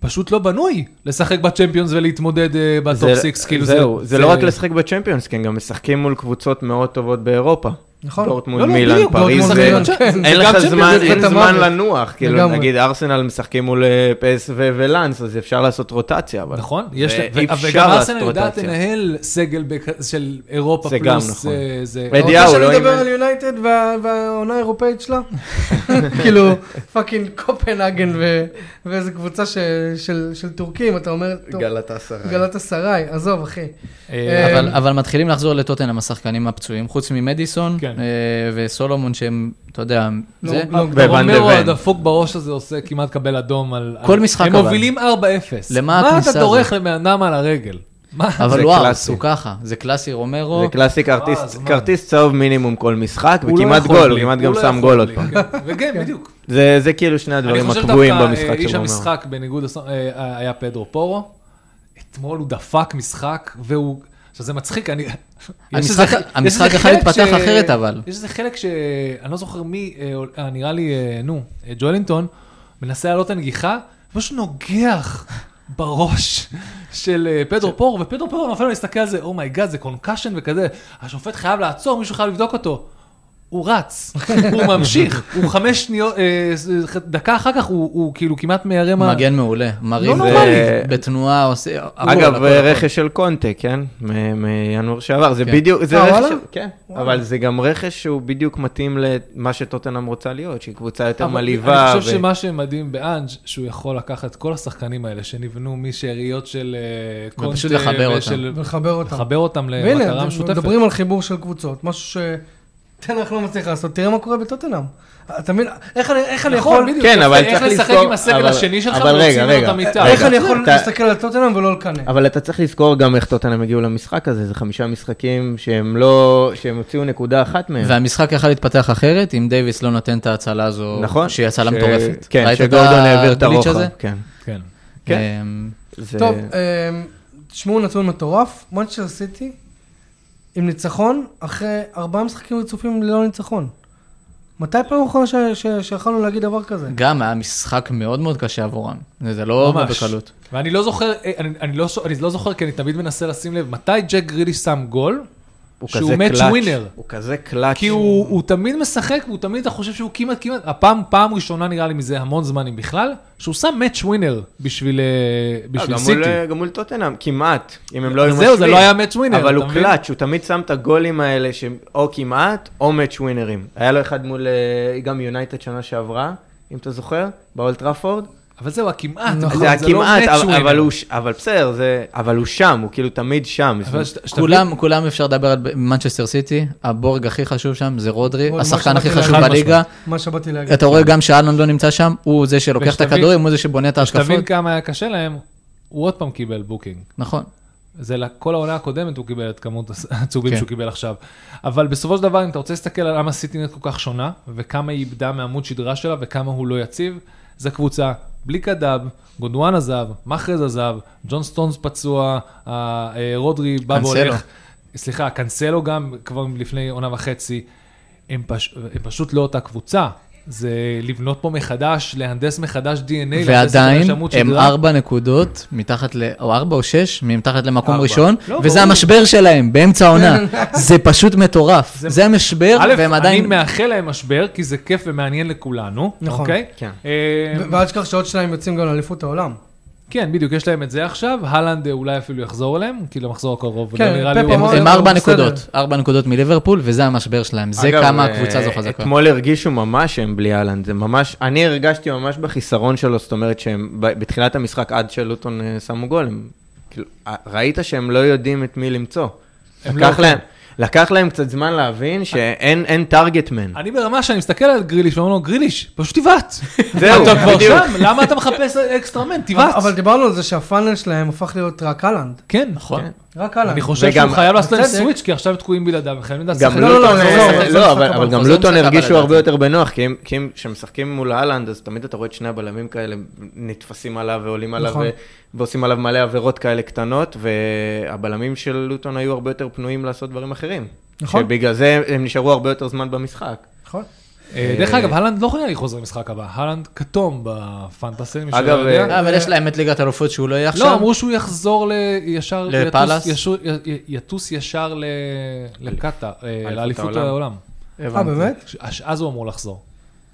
B: פשוט לא בנוי לשחק בצ'מפיונס ולהתמודד אה, בטופ סיקס, כאילו
D: זהו, זה לא רק לשחק בצ'מפיונס, כן, גם משחקים מול קבוצות מאוד טובות באירופה.
A: נכון.
D: דורטמונד,
B: לא, לא,
D: מילאן,
B: בדיוק,
D: פריז,
B: דורטמונד,
D: זה-
B: מילאן, כן.
D: אין
B: זה גם
D: לך זמן,
B: צ'מפיונס,
D: אין
A: זה
D: זמן
A: המוות.
D: לנוח, כאילו
A: לגמרי.
D: נגיד ארסנל משחקים מול אה, פס ו- ולאנס, אז אפשר לעשות רוטציה, אבל...
B: נכון, יש,
D: ואי
B: ו-
D: אפשר
B: וגם
D: לעשות
B: ארסנל יודעת
D: רוטציה.
B: לנהל סגל בכ- של אירופה
D: זה גם
B: פלוס,
D: נכון.
B: אה, זה...
A: אתה
D: בדיאו,
A: רוצה
D: לא
A: שאני אדבר
D: עם-
A: על יונייטד וה- והעונה האירופאית
D: (laughs)
A: שלה? כאילו, פאקינג קופנהגן ו- ואיזה קבוצה ש- של של טורקים, אתה אומר, טוב,
D: גלת עשרה.
A: גלת אסריי, עזוב אחי.
B: אה,
C: אבל,
A: אה,
C: אבל מתחילים לחזור לטוטנאם השחקנים הפצועים, חוץ ממדיסון
B: כן.
C: אה, וסולומון שהם, אתה יודע,
A: לא-
C: זה...
A: לא-
D: ו- ון דה
B: רומרו
D: ון.
B: הדפוק בראש הזה עושה כמעט קבל אדום על...
C: כל
B: על-
C: משחק
B: הם
C: אבל.
B: מובילים 4-0.
C: למה
B: מה
C: הכניסה
B: אתה
C: הזאת?
B: דורך לבן אדם על הרגל? מה?
C: אבל
D: זה
C: וואו,
D: קלאסי.
C: הוא ככה, זה קלאסי רומרו.
D: זה קלאסי כרטיס-
B: אה, זמן.
D: כרטיס צהוב מינימום כל משחק,
B: הוא לא
D: וכמעט
B: יכול
D: גול,
B: בלי,
D: כמעט
B: הוא
D: גם
B: לא
D: שם
B: יכול
D: גול עוד
B: בלי,
D: פעם.
B: כן. וכן, בדיוק.
D: זה זה כאילו שני הדברים
B: אני חושב
D: הקבועים
B: דווקא,
D: במשחק
B: אה, איש
D: של רומא.
B: המשחק בניגוד לסון, אה, אה, היה פדרו פורו. אתמול הוא דפק משחק, והוא... עכשיו זה מצחיק, אני... יש איזה-
C: המשחק-
B: יש
C: המשחק
B: איזה
C: יכל
B: חלק
C: להתפתח אחרת, אבל.
B: יש איזה חלק ש... אני לא זוכר מי, אה, אה, נראה לי, אה, נו, אה, ג'ואלינטון, מנסה לעלות לנגיחה, פשוט נוגח בראש של אה, פדרו פורו, ופדרו פורו נופל להסתכל על זה, אומייגאד, זה קונקשן וכזה. השופט חייב לעצור, מישהו חייב לבדוק אותו. הוא רץ,
C: (laughs)
B: הוא ממשיך, הוא חמש שניות, אה, ס- דקה אחר כך הוא, הוא כאילו כמעט מיירם... ה-
C: מגן מעולה, מרים
B: לא
C: ו-
D: נורמלי.
C: בתנועה, עושה...
D: אגב,
C: הכל, הכל, הכל.
D: רכש של קונטה, כן? מ- מינואר שעבר, זה
C: כן.
D: בדיוק, זה
A: אה,
D: רכש,
A: וואלה?
D: של- כן, אבל זה גם רכש שהוא בדיוק מתאים למה שטוטנאם רוצה להיות, שהיא קבוצה יותר
B: אבל
D: מלאיבה.
B: אני
D: ו-
B: חושב שמה שמדהים באנג' שהוא יכול לקחת את כל השחקנים האלה שנבנו משאריות של אה, קונטה
C: ופשוט לחבר אותם.
B: ושל-
A: ולחבר אותם.
B: לחבר אותם למטרה
A: והנה,
B: משותפת.
A: מדברים על חיבור של קבוצות, משהו שתנח לא מצליח לעשות, תראה מה קורה בטוטנאם. אתה מבין? איך אני- איך אני
B: נכון,
A: יכול...
B: בדיוק.
D: כן,
B: איך-
D: אבל
B: איך
D: צריך
B: לשחק
D: לזכור-
B: עם הסגל
D: אבל-
B: השני שלך
D: אבל רגע,
B: ולהוציא ממנו את
D: רגע.
B: המיטה.
A: איך
D: רגע,
A: אני יכול
D: אתה-
A: להסתכל על טוטנאם ולא לקנא?
D: אבל אתה צריך לזכור גם איך טוטנאם הגיעו למשחק הזה, זה חמישה משחקים שהם לא, שהם הוציאו נקודה אחת מהם.
C: והמשחק יכל להתפתח אחרת, אם דייוויס לא נותן את ההצלה הזו,
D: נכון?
C: שהיא הצלה
D: ש-
C: מטורפת.
D: כן,
C: ראית את
D: שגורדון העביר את
C: הגליץ'
D: הרוחב.
C: הזה?
D: כן.
B: כן.
D: כן.
C: אמ,
D: זה-
A: טוב, אמ, תשמעו נתון מטורף, מנצ'סטר סיטי עם ניצחון אחרי ארבעה משחקים רצופים ללא ניצחון. מתי פעם אחרונה ש- ש- שיכולנו להגיד דבר כזה?
C: גם היה משחק מאוד מאוד קשה עבורם, זה זה לא
B: ממש.
C: בקלות.
B: ואני לא זוכר, אה, אני, אני, לא, ש- אני לא זוכר, כי אני תמיד מנסה לשים לב, מתי ג'ק גרילי שם גול,
D: הוא
B: שהוא
D: כזה
B: match
D: קלאץ'.
B: winner.
D: הוא כזה קלאץ'.
B: כי הוא, הוא תמיד משחק, הוא תמיד, אתה חושב שהוא כמעט כמעט, הפעם, פעם ראשונה נראה לי מזה המון זמן, אם בכלל, שהוא שם מאץ' ווינר בשביל, אה,
D: אה,
B: בשביל
D: גם
B: סיטי.
D: מול- גם מול טוטנאם, כמעט, אם הם לא היו
B: זהו, זה לא היה match winner,
D: אבל
B: אתה
D: הוא
B: מבין?
D: קלאץ', הוא תמיד שם את הגולים האלה, שהם או כמעט, או מאץ' ווינרים. היה לו אחד מול אה, גם יונייטד שנה שעברה, אם אתה זוכר, באולטראפורד.
B: אבל זהו, הכמעט,
A: נכון,
B: נכון,
D: זה היה כמעט,
B: match
D: אבל-
B: winner.
D: אבל הוא ש- אבל בסדר, זה- אבל הוא שם, הוא כאילו תמיד שם.
B: אבל שת- שתבין-
C: כולם, כולם אפשר לדבר על מנצ'סטר סיטי, הבורג הכי חשוב שם זה רודרי,
A: עוד מה
C: השחקן הכי
A: שבאתי
C: חשוב
A: להגיד.
C: בליגה.
A: מה שבאתי להגיד.
C: אתה רואה גם שאלון לא נמצא שם, הוא זה שלוקח את
B: ושתבין-
C: הכדורים, הוא זה שבונה את ההשקפות.
B: שתבין כמה היה קשה להם, הוא עוד פעם קיבל בוקינג.
C: נכון.
B: זה לה- כל העונה הקודמת הוא קיבל את כמות הס- (laughs) הצהובים
C: כן.
B: שהוא קיבל עכשיו. אבל בסופו של דבר, אם אתה רוצה להסתכל על למה סיטי נראית כל כך שונה, וכמה היא איבדה מעמוד שדרה שלה, וכמה הוא לא יציב, זו קבוצה בלי קדאב, גונדואן עזב, מחרז עזב, ג'ון סטונס פצוע, אה, אה, רודרי בא
C: קאנסלו.
B: והולך. סליחה, קאנסלו גם כבר לפני עונה וחצי. הם, פש... הם פשוט לא אותה קבוצה. זה לבנות פה מחדש, להנדס מחדש DNA, להנדס
C: ועדיין,
B: מחדש עמוד
C: הם
B: שדרה.
C: ארבע נקודות מתחת ל... או ארבע או שש, מתחת למקום
D: ארבע.
C: ראשון,
B: לא, ברור.
C: וזה המשבר שלהם,
B: (laughs)
C: באמצע העונה. זה פשוט מטורף.
B: זה-
C: זה המשבר,
B: א',
C: והם
B: אני
C: עדיין...
B: מאחל להם משבר, כי זה כיף ומעניין לכולנו,
A: נכון.
B: אוקיי?
D: כן.
B: אה,
A: ו- ואל תשכח שעוד שניים יוצאים גם לאליפות העולם.
B: כן, בדיוק, יש להם את זה עכשיו, הלנד אה, אולי אפילו יחזור אליהם, כי למחזור הקרוב,
A: כן,
B: לא נראה לי
A: פפ
B: הוא-
A: אמר-
C: הם ארבע
A: הוא בסדר.
C: נקודות, ארבע נקודות מליברפול, וזה המשבר שלהם. זה
D: אגב,
C: כמה
D: אה,
C: הקבוצה הזו חזקה.
D: אתמול הרגישו ממש שהם בלי אהלנד, זה ממש, אני הרגשתי ממש בחיסרון שלו, זאת אומרת שהם, ב- בתחילת המשחק עד שלוטון אה, שמו גול, הם, כאילו, אה, ראית שהם לא יודעים את מי למצוא.
B: הם
D: לקח
B: לא-
D: להם, לקח להם קצת זמן להבין שאין אין טארגט מן.
B: אני ברמה שאני מסתכל על גריליש ואומר לו, גריליש, פשוט תבעט.
D: זהו,
B: אתה כבר
D: בדיוק.
B: שם, למה אתה מחפש אקסטרמן? תבעט.
A: אבל דיברנו על זה שהפאנל שלהם הפך להיות רק אהלנד.
B: כן, נכון.
D: כן.
A: רק אהלנד.
B: אני חושב
D: וגם-
B: שהוא חייב לעשות להם
A: בצדק.
B: סוויץ', כי עכשיו הם תקועים בלעדיו, הם חייבים לדעת
D: גם
B: לשחק.
A: לא, לא,
D: לוטון,
A: לא,
D: אה,
A: זה משחק, זה
D: לא,
A: משחק,
D: אבל
A: אבל
D: אבל גם
C: זה
D: לוטון
C: משחק, אבל
D: הרגישו
C: לדעתי.
D: הרבה יותר בנוח, כי הם- כי הם- כשמשחקים מול אהלנד, אז תמיד אתה רואה את שני הבלמים כאלה נתפסים עליו ועולים עליו
A: נכון.
D: ו- ועושים עליו מלא עבירות כאלה קטנות, והבלמים של לוטון היו הרבה יותר פנויים לעשות דברים אחרים.
A: נכון.
D: שבגלל זה הם נשארו הרבה יותר זמן במשחק.
A: נכון.
B: אה, דרך אגב, הלנד לא נראה לי חוזר למשחק הבא, הלנד כתום בפנטסי, מי שלא
D: אגב,
B: יודע.
D: אה,
C: אבל יש להם את ליגת אלופות שהוא לא יהיה עכשיו.
B: לא, אמרו שהוא יחזור ל- ישר, יטוס-
C: לפאלאס?
B: ישו- י- י- יטוס ישר ל- לקטאר, אה, לאליפות
D: העולם.
B: העולם.
A: אה, באמת?
B: ש- אז הוא אמור לחזור.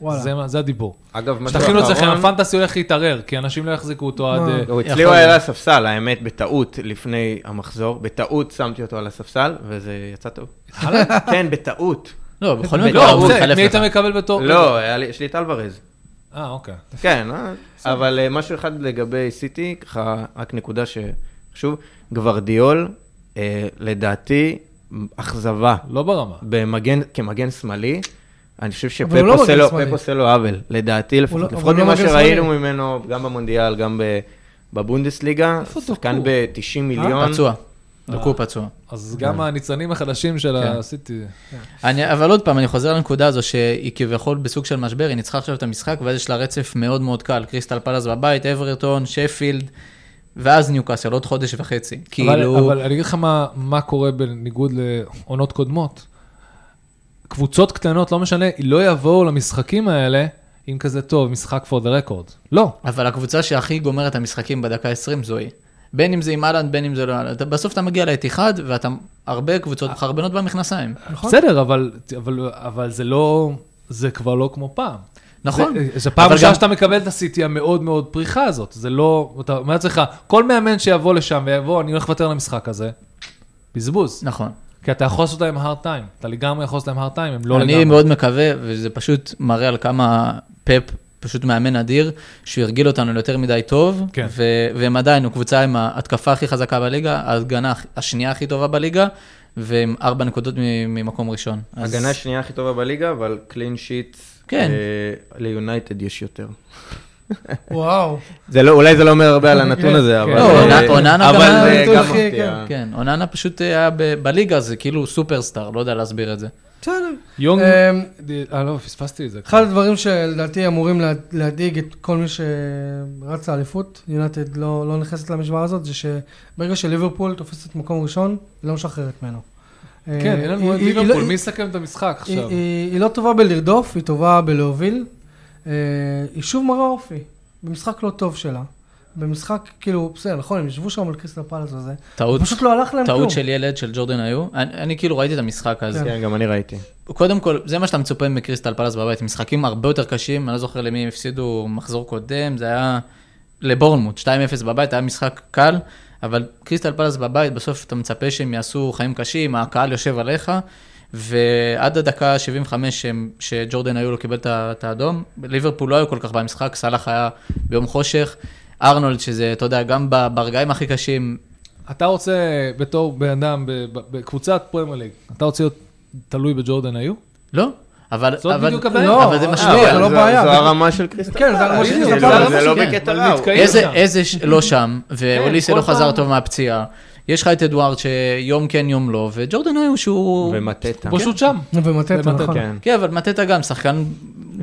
A: וואלה.
B: זה מה- זה הדיבור.
D: אגב, משהו
B: שתכינו אצלכם,
D: אחרון,
B: הפנטסי הולך להתערער, כי אנשים לא יחזיקו אותו עד...
A: אה.
B: אה,
D: הוא
C: יכול
D: אצלי הוא
C: להיות.
D: היה על הספסל, האמת, בטעות לפני המחזור, בטעות שמתי אותו על הספסל, וזה יצא טוב.
B: הלנד?
D: כן, בטעות.
C: לא, בכל מקרה,
B: לא,
C: הוא
B: בסדר,
C: התחלף
B: מי היית
C: לך.
B: מקבל בתור...
D: לא, היה לי- יש לי את אלוורז.
B: אה, אוקיי.
D: כן, אה, אבל אה, משהו אחד לגבי סיטי, ככה רק נקודה שחשוב, גוורדיאול, אה, לדעתי, אכזבה
B: לא ברמה.
D: במגן, כמגן שמאלי. אני חושב
A: אבל הוא לא
D: שפפ עושה
A: מגן
D: לו-
A: שמאלי.
D: פפ עושה לו עוול, לדעתי,
A: הוא לא-
D: לפחות
A: אבל
D: לפחות
A: הוא לא
D: ממה
A: מגן
D: שראינו ממנו, גם במונדיאל, גם ב- בבונדסליגה,
B: איפה
D: שחקן
B: דוקו?
D: ב-90
A: אה,
D: מיליון.
C: פצוע.
B: אה.
C: דוקו פצוע.
B: אז
D: כן.
B: גם הניצנים החדשים של הסיטי...
C: אני, אבל עוד פעם, אני חוזר לנקודה הזו שהיא כביכול בסוג של משבר, היא ניצחה עכשיו את המשחק, ואז יש לה רצף מאוד מאוד קל, קריסטל פלאס בבית, אברטון, שפילד, ואז ניוקאסל, עוד חודש וחצי.
B: כאילו...
C: כאילו,
B: אבל אני אגיד לך מה- מה קורה בניגוד לעונות קודמות. קבוצות קטנות, לא משנה, לא יבואו למשחקים האלה עם כזה טוב, משחק for the record. לא.
C: אבל הקבוצה שהכי גומרת את המשחקים בדקה 20 זוהי. בין אם זה עם אהלנד, בין אם זה לא אהלנד. אתה- בסוף אתה מגיע לאתיחד, ואתה הרבה
B: אה.
C: קבוצות מחרבנות במכנסיים.
A: נכון?
B: בסדר, אבל, אבל, אבל זה לא, זה כבר לא כמו פעם.
C: נכון.
B: זה, זה פעם
C: אבל
B: ראשונה
C: גם-
B: שאתה מקבל את הסיטי המאוד מאוד פריחה הזאת. זה לא, אתה אומר לעצמך, כל מאמן שיבוא לשם ויבוא, אני הולך לוותר למשחק הזה, בזבוז.
C: נכון.
B: כי אתה יכול לעשות להם hard time, אתה לגמרי יכול לעשות להם hard time, הם לא
C: אני
B: לגמרי.
C: מאוד מקווה, וזה פשוט מראה על כמה פאפ פשוט מאמן אדיר, שהוא הרגיל אותנו ליותר מדי טוב,
B: כן.
C: ו- והם עדיין, הוא קבוצה עם ההתקפה הכי חזקה בליגה, ההגנה הכ- השנייה הכי טובה בליגה, ועם ארבע נקודות מ- ממקום ראשון. אז-
D: הגנה אה, השנייה הכי טובה בליגה, אבל קלין שיט
C: כן.
D: ליונייטד יש יותר.
A: וואו.
D: זה לא, אולי זה לא אומר הרבה על
A: כן.
D: הנתון הזה, אבל...
B: לא,
D: אה,
C: אונ- אוננה
D: אבל
C: גם-
D: זה
A: הנתון
D: גם
A: הכי-
D: מפתיע.
C: כן, אוננה פשוט היה ב- בליגה, זה כאילו סופרסטאר, לא יודע להסביר את זה.
A: בסדר.
B: יונג,
A: אמ,
B: אה, לא, פספסתי את זה.
A: אחד הדברים שלדעתי אמורים לה- להדאיג את כל מי שרץ לאליפות, יונתד לא לא נכנסת למשוואה הזאת, זה שברגע שליברפול תופסת מקום ראשון, היא לא משחררת ממנו.
B: כן,
A: אה,
B: אין לנו
A: היא-
B: את
A: היא- היא
B: ליברפול,
A: לא-
B: מי יסכם את המשמשחק
A: היא-
B: עכשיו?
A: היא היא לא טובה בלרדוף, היא טובה בלהוביל. אה, היא שוב מראה אופי, במשחק לא טוב שלה. במשחק, כאילו, בסדר, נכון, הם ישבו שם על קריסטל פלס וזה,
C: טעות,
A: פשוט לא הלך להם כלום.
C: טעות של ילד של ג'ורדן היו. אני, אני כאילו ראיתי את המשחק אז.
D: כן, גם אני ראיתי.
C: קודם כל, זה מה שאתה מצופה מקריסטל פלס בבית, משחקים הרבה יותר קשים, אני לא זוכר למי הם הפסידו מחזור קודם, זה היה לבורנמוט, 2-0 בבית, היה משחק קל, אבל קריסטל פלס בבית, בסוף אתה מצפה שהם יעשו חיים קשים, הקהל יושב עליך, ועד הדקה ה-75 שג'ורדן היו לו קיבל את ה- את האדום, ליברפול לא היו כל כך במשחק, סאלח היה ביום חושך, ארנולד, שזה, אתה יודע, גם ב- ברגעים הכי קשים,
B: אתה רוצה, בתור בן אדם, ב- ב- בקבוצת פרמייר ליג, אתה רוצה להיות תלוי בג'ורדן היו?
D: אה,
C: לא. אבל,
B: זאת
C: אבל,
B: בדיוק הבעיה.
C: לא, אבל זה
A: לא,
C: משפיע.
A: זה לא
D: זו-
A: בעיה.
D: זו הרמה של קריסטל
A: כן, זה
B: אה,
A: הרמה של
D: כאילו,
A: קריסטל פלאס,
D: זה לא
B: כן,
D: בקטע
B: אבל
D: רע. הוא-
B: להתקיים.
C: איזה,
B: שם. כן,
C: איזה ש... לא
B: (laughs)
C: שם, ואוליסה
B: כל
C: לא חזר
B: פעם.
C: טוב מהפציעה. יש לך את אדוארד שיום כן יום לא, וג'ורדן היו שהוא...
D: ומטטה.
B: פשוט שם.
A: ומטט,
B: ומטטה,
A: נכון.
D: כן.
C: כן, אבל מטטה גם, שחקן,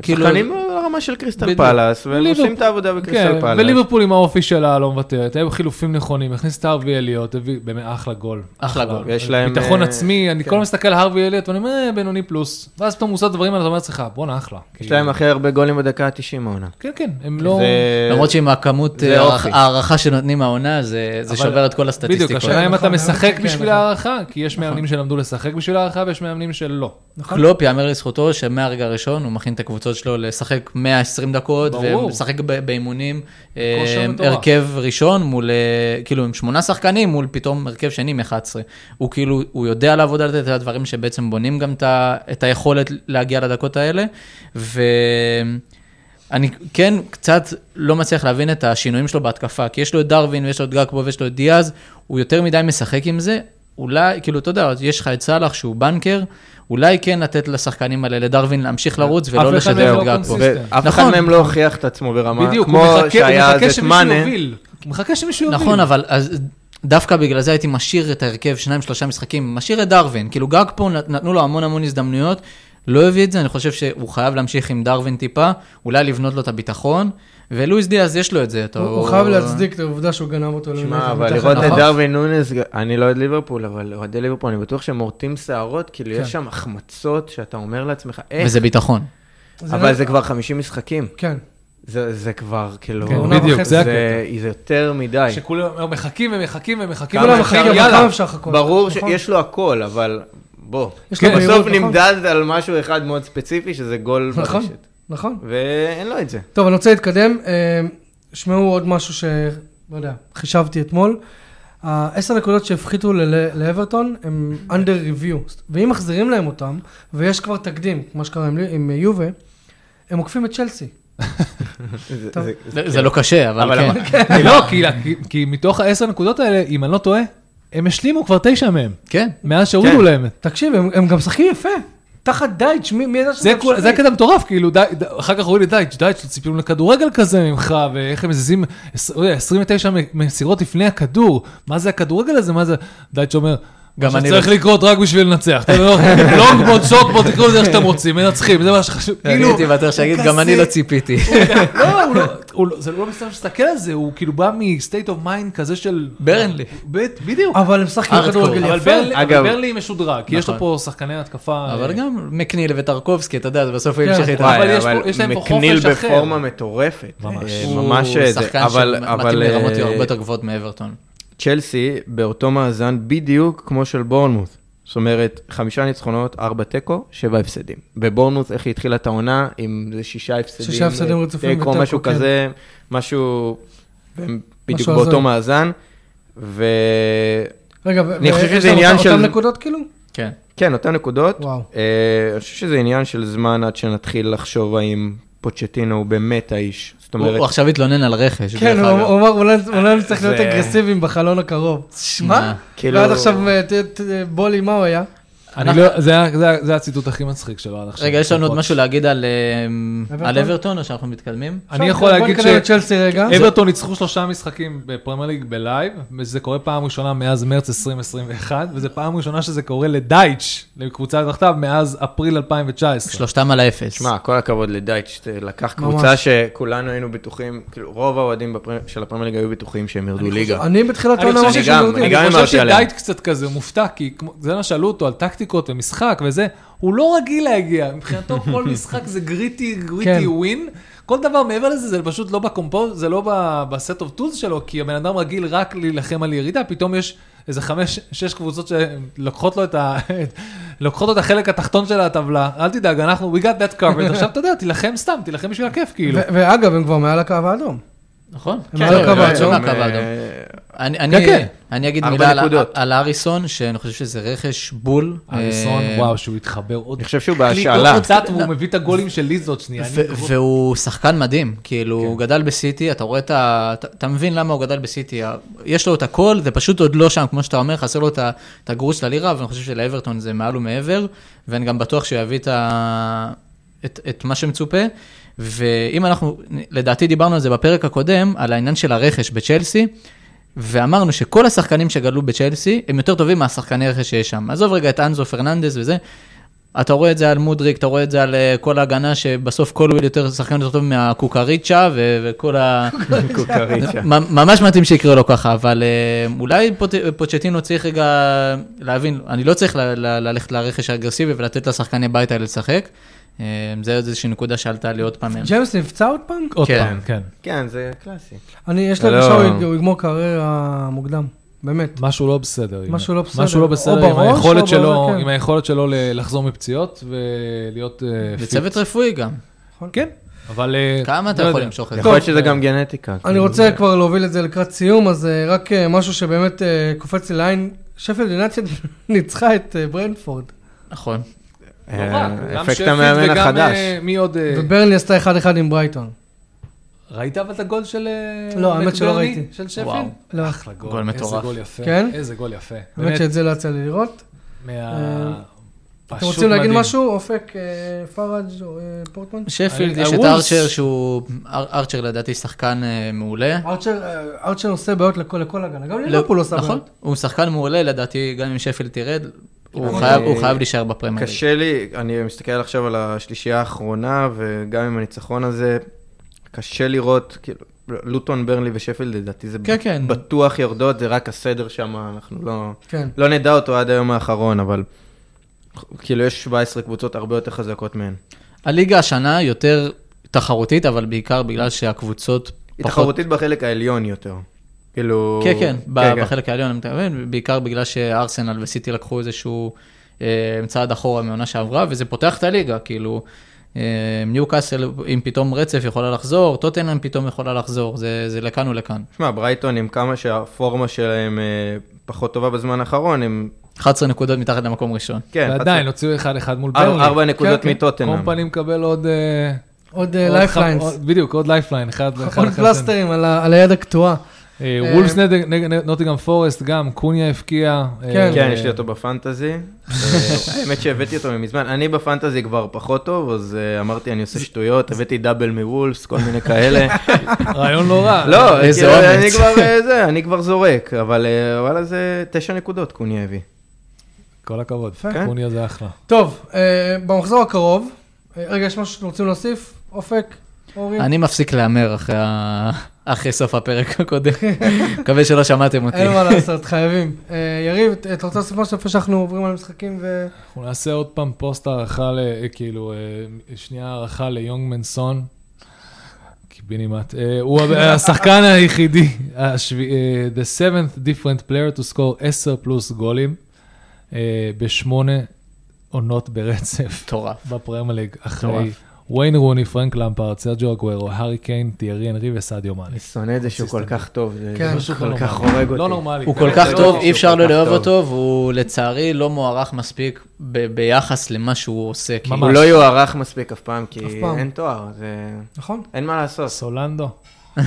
C: כאילו...
D: שחקנים ברמה של קריסטל
B: בדיוק.
D: פלאס, והם
B: ליברפול-
D: עושים את העבודה
B: כן,
D: בקריסטל פלאס.
B: וליברפול עם האופי שלה לא מוותרת, היו חילופים נכונים, הכניס את הארווי אליוט, הביא באמת אחלה גול.
C: אחלה גול.
D: ויש להם...
B: ביטחון
D: אה,
B: עצמי, אני כל הזמן מסתכל על הארווי אליוט ואני אומר, "אה, בינוני פלוס. ואז פתאום הוא עושה דברים האלה, אתה אומר לעצמך, בואנה אחלה.
D: יש
B: כאילו.
D: להם הכי הרבה גולים בדקה ה-90 העונה.
B: כן, כן, הם לא...
D: זה-
C: למרות שעם הכמות
D: זה
C: אה,
D: אופי.
C: הערכה שנותנים מהעונה, זה, זה
B: אבל-
C: שובר את כל הסטטיסטיקות.
B: בדיוק, השאלה אם
A: נכון,
B: אתה
A: נכון,
B: משחק
A: כן,
B: בשביל
A: נכון.
B: הערכה, כי יש מאמנים שלמדו לשחק בשביל הערכה ויש מאמנים שלא.
A: נכון?
C: קלופ, יאמר לזכותו שמהרגע הראשון הוא מכין את הקבוצות שלו לשחק 120 דקות,
B: ברור.
C: ומשחק ב- באימונים,
B: כושר
C: אה,
B: מטורף.
C: הרכב ראשון מול, אה, כאילו עם שמונה שחקנים מול פתאום הרכב שני עם 11. הוא כאילו, הוא יודע לעבוד על זה, זה הדברים שבעצם בונים גם את ה- את היכולת להגיע לדקות האלה, ו... אני כן קצת לא מצליח להבין את השינויים שלו בהתקפה, כי יש לו את דרווין ויש לו את גקבו ויש לו את דיאז, הוא יותר מדי משחק עם זה, אולי, כאילו, אתה יודע, יש לך את סאלח שהוא בנקר, אולי כן לתת לשחקנים האלה, לדרווין להמשיך לרוץ ולא
B: אף אחד
C: לשתף
B: מהם לא
C: את גקבו.
B: קונסיסטנט.
D: ואף אחד
C: נכון.
D: מהם לא הוכיח את עצמו ברמה,
B: בדיוק, הוא
D: כמו
B: מחכה הוא
D: שהיה אז
B: מחכה
D: את
B: שמישהו
D: מאנה.
B: יוביל. הוא מחכה שמישהו יוביל.
C: נכון, אבל אז דווקא בגלל זה הייתי משאיר את ההרכב שניים, שלושה משחקים, משאיר את דרווין, כאילו גג פה נת- נתנו לו המון המון הזדמנויות, לא הביא את זה, אני חושב שהוא חייב להמשיך עם דרווין טיפה, אולי לבנות לו את הביטחון, ולואיס דיאז יש לו את זה. אתה-
A: הוא הוא חייב להצדיק את העובדה שהוא גנב אותו.
D: שמע,
A: למטה,
D: אבל
A: מתחת
D: לראות את
A: לחוף.
C: נכון.
D: דרווין נונס, אני לא אוהד ליברפול, אבל אוהדי ליברפול, אני בטוח שהם מורטים שערות, כאילו יש שם החמצות שאתה אומר לעצמך, איך?
C: וזה ביטחון.
D: אבל
A: לא-
D: זה כבר 50 משחקים.
A: כן,
D: זה זה כבר, כאילו...
B: כן,
A: עונה
B: בדיוק,
A: וחצי.
B: זה
D: זה זה יותר מדי.
B: שכולם מחכים ומחכים ומחכים.
D: כמה
A: כולם
B: ומחכים,
A: מחכים,
D: אפשר-
A: אבל
B: יאללה.
A: כמה אפשר לחכות?
D: ברור
A: נכון?
D: שיש לו הכל, אבל בוא.
A: יש לו
B: כן,
A: מהירות,
D: בסוף
A: נכון?
D: נמדד על משהו אחד מאוד ספציפי, שזה גול
A: נכון,
D: ברשת.
A: נכון.
D: ואין לו את זה.
A: טוב, אני רוצה להתקדם. אה, שמעו עוד משהו ש... לא יודע, חישבתי אתמול. העשר נקודות שהפחיתו ל- ל- לאברטון הם under review. ואם מחזירים להם אותם, ויש כבר תקדים, כמו שקרה עם, לי- עם יובה, הם עוקפים את צ'לסי.
D: זה-
A: טוב.
D: זה-
C: זה זה לא קשה, אבל
D: אבל
C: כן.
D: אמרתי-
B: לא, כי- כי- כי מתוך העשר נקודות האלה, אם אני לא טועה, הם השלימו כבר תשע מהם,
C: כן.
B: מאז שהורידו
D: כן.
B: להם. את-
A: תקשיב, הם, הם גם משחקים יפה. תחת דייץ', מי, מי ידע
B: זה
A: אפשרי?
B: כול- זה הקטע מטורף, כאילו, די- ד- אחר כך רואים לי דייץ', דייץ', ציפינו לכדורגל כזה ממך, ואיך הם מזיזים עש- לא יודע, 29 מ- מסירות לפני הכדור, מה זה הכדורגל הזה, מה זה, דייץ' אומר,
C: גם
B: מה
C: אני
B: שצריך
C: לא-
B: לקרות רק בשביל לנצח, אתה לא- (laughs) לונגבוט, שורטבוט, תקראו לזה איך שאתם רוצים, מנצחים, זה מה שחשוב,
C: אני
B: כאילו,
C: הייתי בטוח שיגיד, גם אני לא
A: (laughs)
C: ציפיתי.
B: לא, הוא לא, הוא לא, זה לא מסתם שתסתכל על זה, הוא כאילו בא מסטייט אוף מיינד כזה של...
C: ברנלי.
B: בית- בדיוק.
A: אבל הם משחקים
C: הארדקור. נכון.
A: כדורגל
B: אבל
A: יפה.
B: ברנלי- אבל
D: אגב-
B: ברנלי משודרג, כי יש לו פה שחקני התקפה.
C: אבל
B: אה,
C: גם מקניל וטרקובסקי, אתה יודע, זה בסוף הוא
A: כן.
C: המשיך איתנו.
B: וואי, אבל
D: וואי,
B: יש פה- יש להם פה
D: מקניל
B: חופש אחר.
D: בפורמה מטורפת.
B: ממש.
D: אה,
C: הוא
D: ממש אה, זה.
C: שחקן
D: אבל-
C: שמתאים
D: אבל,
C: לרמות
D: אה,
C: הרבה יותר גבוהות מאברטון.
D: צ'לסי באותו מאזן בדיוק כמו של בורנמוס. זאת אומרת, חמישה ניצחונות, ארבע תיקו, שבע הפסדים. בבורנמוס, איך היא התחילה את העונה, עם זה שישה הפסדים. אה,
A: שישה הפסדים רצופים
D: תיקו,
A: ותיקו,
D: משהו
A: כן.
D: כזה, משהו, והם בדיוק
A: משהו
D: באותו
A: הזוי.
D: מאזן. וכן,
A: רגע, ו-
D: אני חושב
A: ויש
D: שזה
A: להם
D: עניין
A: אותם-
D: של-
A: אותם נקודות כאילו?
C: כן.
D: אותן נקודות.
A: וואו.
D: אה, אני חושב שזה עניין של זמן עד שנתחיל לחשוב האם פוצ'טינו הוא באמת האיש. זאת
C: הוא
D: אומרת,
C: הוא עכשיו התלונן על רכש.
A: כן, הוא
C: דרך אגב.
A: הוא אמר, אולי- אולי נצטרך להיות
D: זה-
A: אגרסיביים בחלון הקרוב.
C: מה?
D: כאילו-
A: ועד עכשיו, אה, ת- ת- בולי, מה הוא היה?
B: אני
C: אנחנו-
B: לא- זה ה- זה ה- זה הציטוט הכי מצחיק שלו עד עכשיו.
C: רגע, יש לנו עוד משהו להגיד על אה,
A: אברטון?
C: על אברטון, או שאנחנו מתקדמים?
B: אני יכול להגיד
A: אה, בוא נקדם את
B: ש... אה,
A: צ'לסי רגע.
B: אברטון ניצחו שלושה משחקים בפרמייר ליג בלייב, וזה קורה פעם ראשונה מאז מרץ 2021, וזו פעם ראשונה שזה קורה לדייץ', לקבוצה תחתיו, מאז אפריל 2019.
C: שלושתם על האפס.
D: שמע, כל הכבוד לדייץ', לקח
A: ממש.
D: קבוצה שכולנו היינו בטוחים, כאילו רוב האוהדים בפרמ- של הפרמייר ליג היו בטוחים שהם ירדו ליגה.
A: אני בתחילת
B: אני
A: העונה
B: חושב
A: אמרתי
D: שגם,
A: שהם יורדים.
D: גם
B: אני חושב
D: אמרתי עליהם.
B: שדייט קצת כזה הוא מופתע, כי כמו- זה מה שאלו אותו על טקטיקות
D: (laughs)
B: ומשחק וזה, הוא לא רגיל להגיע, מבחינתו כל משחק זה גריטי, גריטי
A: כן.
B: ווין, כל דבר מעבר לזה, זה פשוט לא בקומפוז, זה לא ב- בסט אוף טולס שלו, כי הבן אדם רגיל רק להילחם על ירידה, פתאום יש איזה חמש, שש קבוצות שלוקחות לו את ה... לוקחות לו את החלק התחתון של הטבלה, אל תדאג, אנחנו, we got that
D: (laughs)
B: covered, עכשיו אתה יודע, תילחם סתם, תילחם בשביל הכיף, כאילו.
A: ו- ואגב, הם כבר מעל הקו האדום.
C: נכון.
A: הם
C: כן,
A: על הקו
C: הם
A: האדום.
C: יוצאים
A: הם,
C: מהקו האדום. אני, אני,
B: כן.
C: אני אגיד
D: אה, ארבע
C: מילה על,
D: נקודות.
C: על אריסון, שאני חושב שזה רכש בול.
B: אריסון,
C: אה,
B: וואו, שהוא התחבר עוד.
D: אני חושב שהוא
B: קליק
A: לא
D: בהשאלה.
B: עוד קצת, והוא מביא את הגולים של ליז עוד שנייה. אני- כן.
C: ו- והוא שחקן מדהים, כאילו, הוא גדל בסיטי, אתה רואה את ה... אתה- אתה מבין למה הוא גדל בסיטי, ה- יש לו את הכל, זה פשוט עוד לא שם, כמו שאתה אומר, חסר לו את ה- את הגרוש ללירה, ואני חושב שלאברטון זה מעל ומעבר, ואני גם בטוח שהוא יביא את, ה... את, את מה שמצופה. ואם אנחנו, לדעתי דיברנו על זה בפרק הקודם, על העניין של הרכש בצ'לסי, ואמרנו שכל השחקנים שגדלו בצ'לסי, הם יותר טובים מהשחקני רכש שיש שם. עזוב רגע את אנזו פרננדס וזה, אתה רואה את זה על מודריק, אתה רואה את זה על אה, כל ההגנה, שבסוף קולוויל יותר שחקן יותר טוב מהקוקריצ'ה ו- וכל ה...
A: (laughs)
D: קוקריצ'ה.
C: מ- ממש מתאים שיקרה לו ככה, אבל אה, אולי פוט... פוצ'טינו צריך רגע להבין, אני לא צריך ל- ל- ללכת לרכש האגרסיבי ולתת לשחקני בית האלה לשחק. אה, זה עוד איזושהי נקודה שעלתה לי עוד פעם.
A: ג'יימס נפצע עוד פעם?
B: עוד
C: כן.
B: פעם, כן.
D: כן, זה קלאסי.
A: אני, יש
D: לא.
A: לי הרגשה הוא יג- הוא יגמור קריירה מוקדם, באמת.
B: משהו לא בסדר. עם-
A: משהו לא בסדר.
B: משהו לא
A: או
B: בסדר עם
A: בראש,
B: היכולת
A: או
B: שלו,
A: בזה, כן.
B: עם היכולת שלו ל- לחזור מפציעות ולהיות אה, פיט.
C: וצוות רפואי גם,
B: כן, אבל... אה,
C: כמה אתה
B: לא
C: יכול
B: יודע.
C: למשוך את זה?
D: יכול להיות שזה גם גנטיקה.
A: אה, אני
D: כאילו.
A: רוצה כבר להוביל את זה לקראת סיום, אז אה, רק אה, משהו שבאמת אה, קופץ לי לעין, שפלד יונייטד (laughs) ניצחה את אה, ברנפורד.
C: נכון.
B: לא רק,
D: אה,
B: גם
D: אפקט
B: שפילד
D: המאמן
B: וגם,
D: החדש.
B: אה, מי עוד... אה,
A: וברנלי עשתה 1-1 עם ברייטון.
B: ראית אבל את הגול של... אה,
A: לא, האמת שלא
B: מקברני?
A: ראיתי.
B: של שפילד?
C: וואו.
A: לא.
B: אחלה גול.
C: גול
B: איזה
C: מטורף.
B: גול יפה.
A: כן?
B: איזה גול יפה.
A: באמת
B: באמת.
A: שאת זה לא יצא לי לראות.
B: מה...
A: אה, אתם
B: פשוט
A: רוצים להגיד
B: מדהים.
A: משהו? אופק, אה, פראג' או אה, פורטמן?
C: שפילד,
B: אני-
C: יש את
B: הוולס-
C: ארצ'ר, שהוא... אר- ארצ'ר לדעתי שחקן אה, מעולה.
A: ארצ'ר, אה, ארצ'ר עושה בעיות לכל לכל הגנה,
B: לא,
A: גם לליברפול עושה
C: נכון,
A: בעיות.
C: הוא שחקן מעולה, לדעתי גם אם שפילד תרד, הוא
D: אני-
C: חייב- הוא חייב להישאר בפרמייר. ליג.
D: קשה לי, אני מסתכל עכשיו על השלישייה האחרונה, וגם עם הניצחון הזה, קשה לראות, כאילו, לוטון, ברנלי ושפילד, לדעתי זה
C: כן, כן.
D: בטוח יורדות, זה רק הסדר שם, אנחנו לא,
A: כן.
D: לא נדע אותו עד היום האחרון, אבל כאילו יש 17 קבוצות הרבה יותר חזקות מהן.
C: הליגה השנה יותר תחרותית, אבל בעיקר בגלל שהקבוצות
D: היא
C: פחות...
D: תחרותית בחלק העליון יותר. כאילו...
C: כן, כן, ב- בחלק העליון, אני מתכוון, בעיקר בגלל שארסנל וסיטי לקחו איזשהו אה, צעד אחורה מהעונה שעברה, וזה פותח את הליגה, כאילו, אה, ניו קאסל עם פתאום רצף יכולה לחזור, טוטנאם פתאום יכולה לחזור, זה זה לכאן ולכאן.
D: שמע, ברייטון, עם כמה שהפורמה שלהם אה, פחות טובה בזמן האחרון, הם...
C: 11 נקודות מתחת למקום ראשון.
D: כן,
B: ועדיין, הוציאו אחד אחד מול ברלי.
D: ארבע ארבע נקודות
A: כן, כן.
D: מטוטנאם.
B: קומפני מקבל עוד... אה,
A: עוד אה,
B: עוד
A: לייפליינס.
B: ח- עוד- כן. בדיוק, עוד לייפליין, אחד אחד
A: עוד
B: אחרי השני.
A: פלסטרים על ה- על היד הקטועה.
B: אה,
A: אה,
B: וולפס נגד נגד נוטיגאם פורסט גם, קוניה הפקיע. אה,
C: לא-
A: כן.
D: כן, יש לי אותו בפנטזי. אה, האמת שהבאתי אותו מזמן. אני בפנטזי כבר פחות טוב, אז אה, אמרתי, אני עושה שטויות, הבאתי דאבל מוולפס, כל מיני
C: (laughs)
D: כאלה.
B: רעיון לא רע.
D: (laughs) לא,
C: איזה
D: כאילו,
C: אומץ.
D: אני כבר אה, זה, אני כבר זורק, אבל אה, וואלה זה תשע נקודות קוניה הביא.
B: כל הכבוד,
D: כן.
B: קוניה זה אחלה.
A: טוב, אה, במחזור הקרוב, אה, רגע, יש משהו שאתם רוצים להוסיף? אופק? אורי?
C: אני מפסיק להמר אחרי ה- אחרי סוף הפרק הקודם. מקווה שלא שמעתם אותי.
A: אין מה לעשות, (laughs) חייבים. אה, יריב, ת- אתה רוצה להוסיף משהו לפני שאנחנו עוברים על המשחקים ו...
B: אנחנו נעשה עוד פעם פוסט הערכה, ל- אה, כאילו, אה, שנייה הערכה ליונג מנסון. קיבינימט. אה, הוא ה- השחקן היחידי, השבי- אה, the seventh different player to score 10 פלוס גולים אה, בשמונה עונות ברצף
C: מטורף.
B: בפרמייר ליג, אחרי
C: מטורף.
B: וויין רוני, פרנק למפרד, סרג'ו אגוורו, הארי קיין, טיירי אנרי וסעדיו מאני.
D: אני שונא את זה שהוא כל כך טוב,
A: כן.
D: זה
B: פשוט לא
D: כל כך
B: נורמלי.
D: הורג אותי.
B: לא נורמלי.
C: הוא כל
B: באמת,
C: כך
B: לא
C: טוב,
B: נורמלי.
C: אי אפשר
D: כל
C: לא
D: כך
C: לאהוב
D: טוב.
C: אותו, והוא לצערי לא מוערך מספיק ב- ביחס למה שהוא עושה. כאילו. כי- (laughs)
B: ממש.
D: הוא לא יוערך מספיק אף פעם,
A: אף
D: כי
A: פעם.
D: אין תואר, זה...
A: נכון?
D: אין מה לעשות.
B: לא, סולנדו.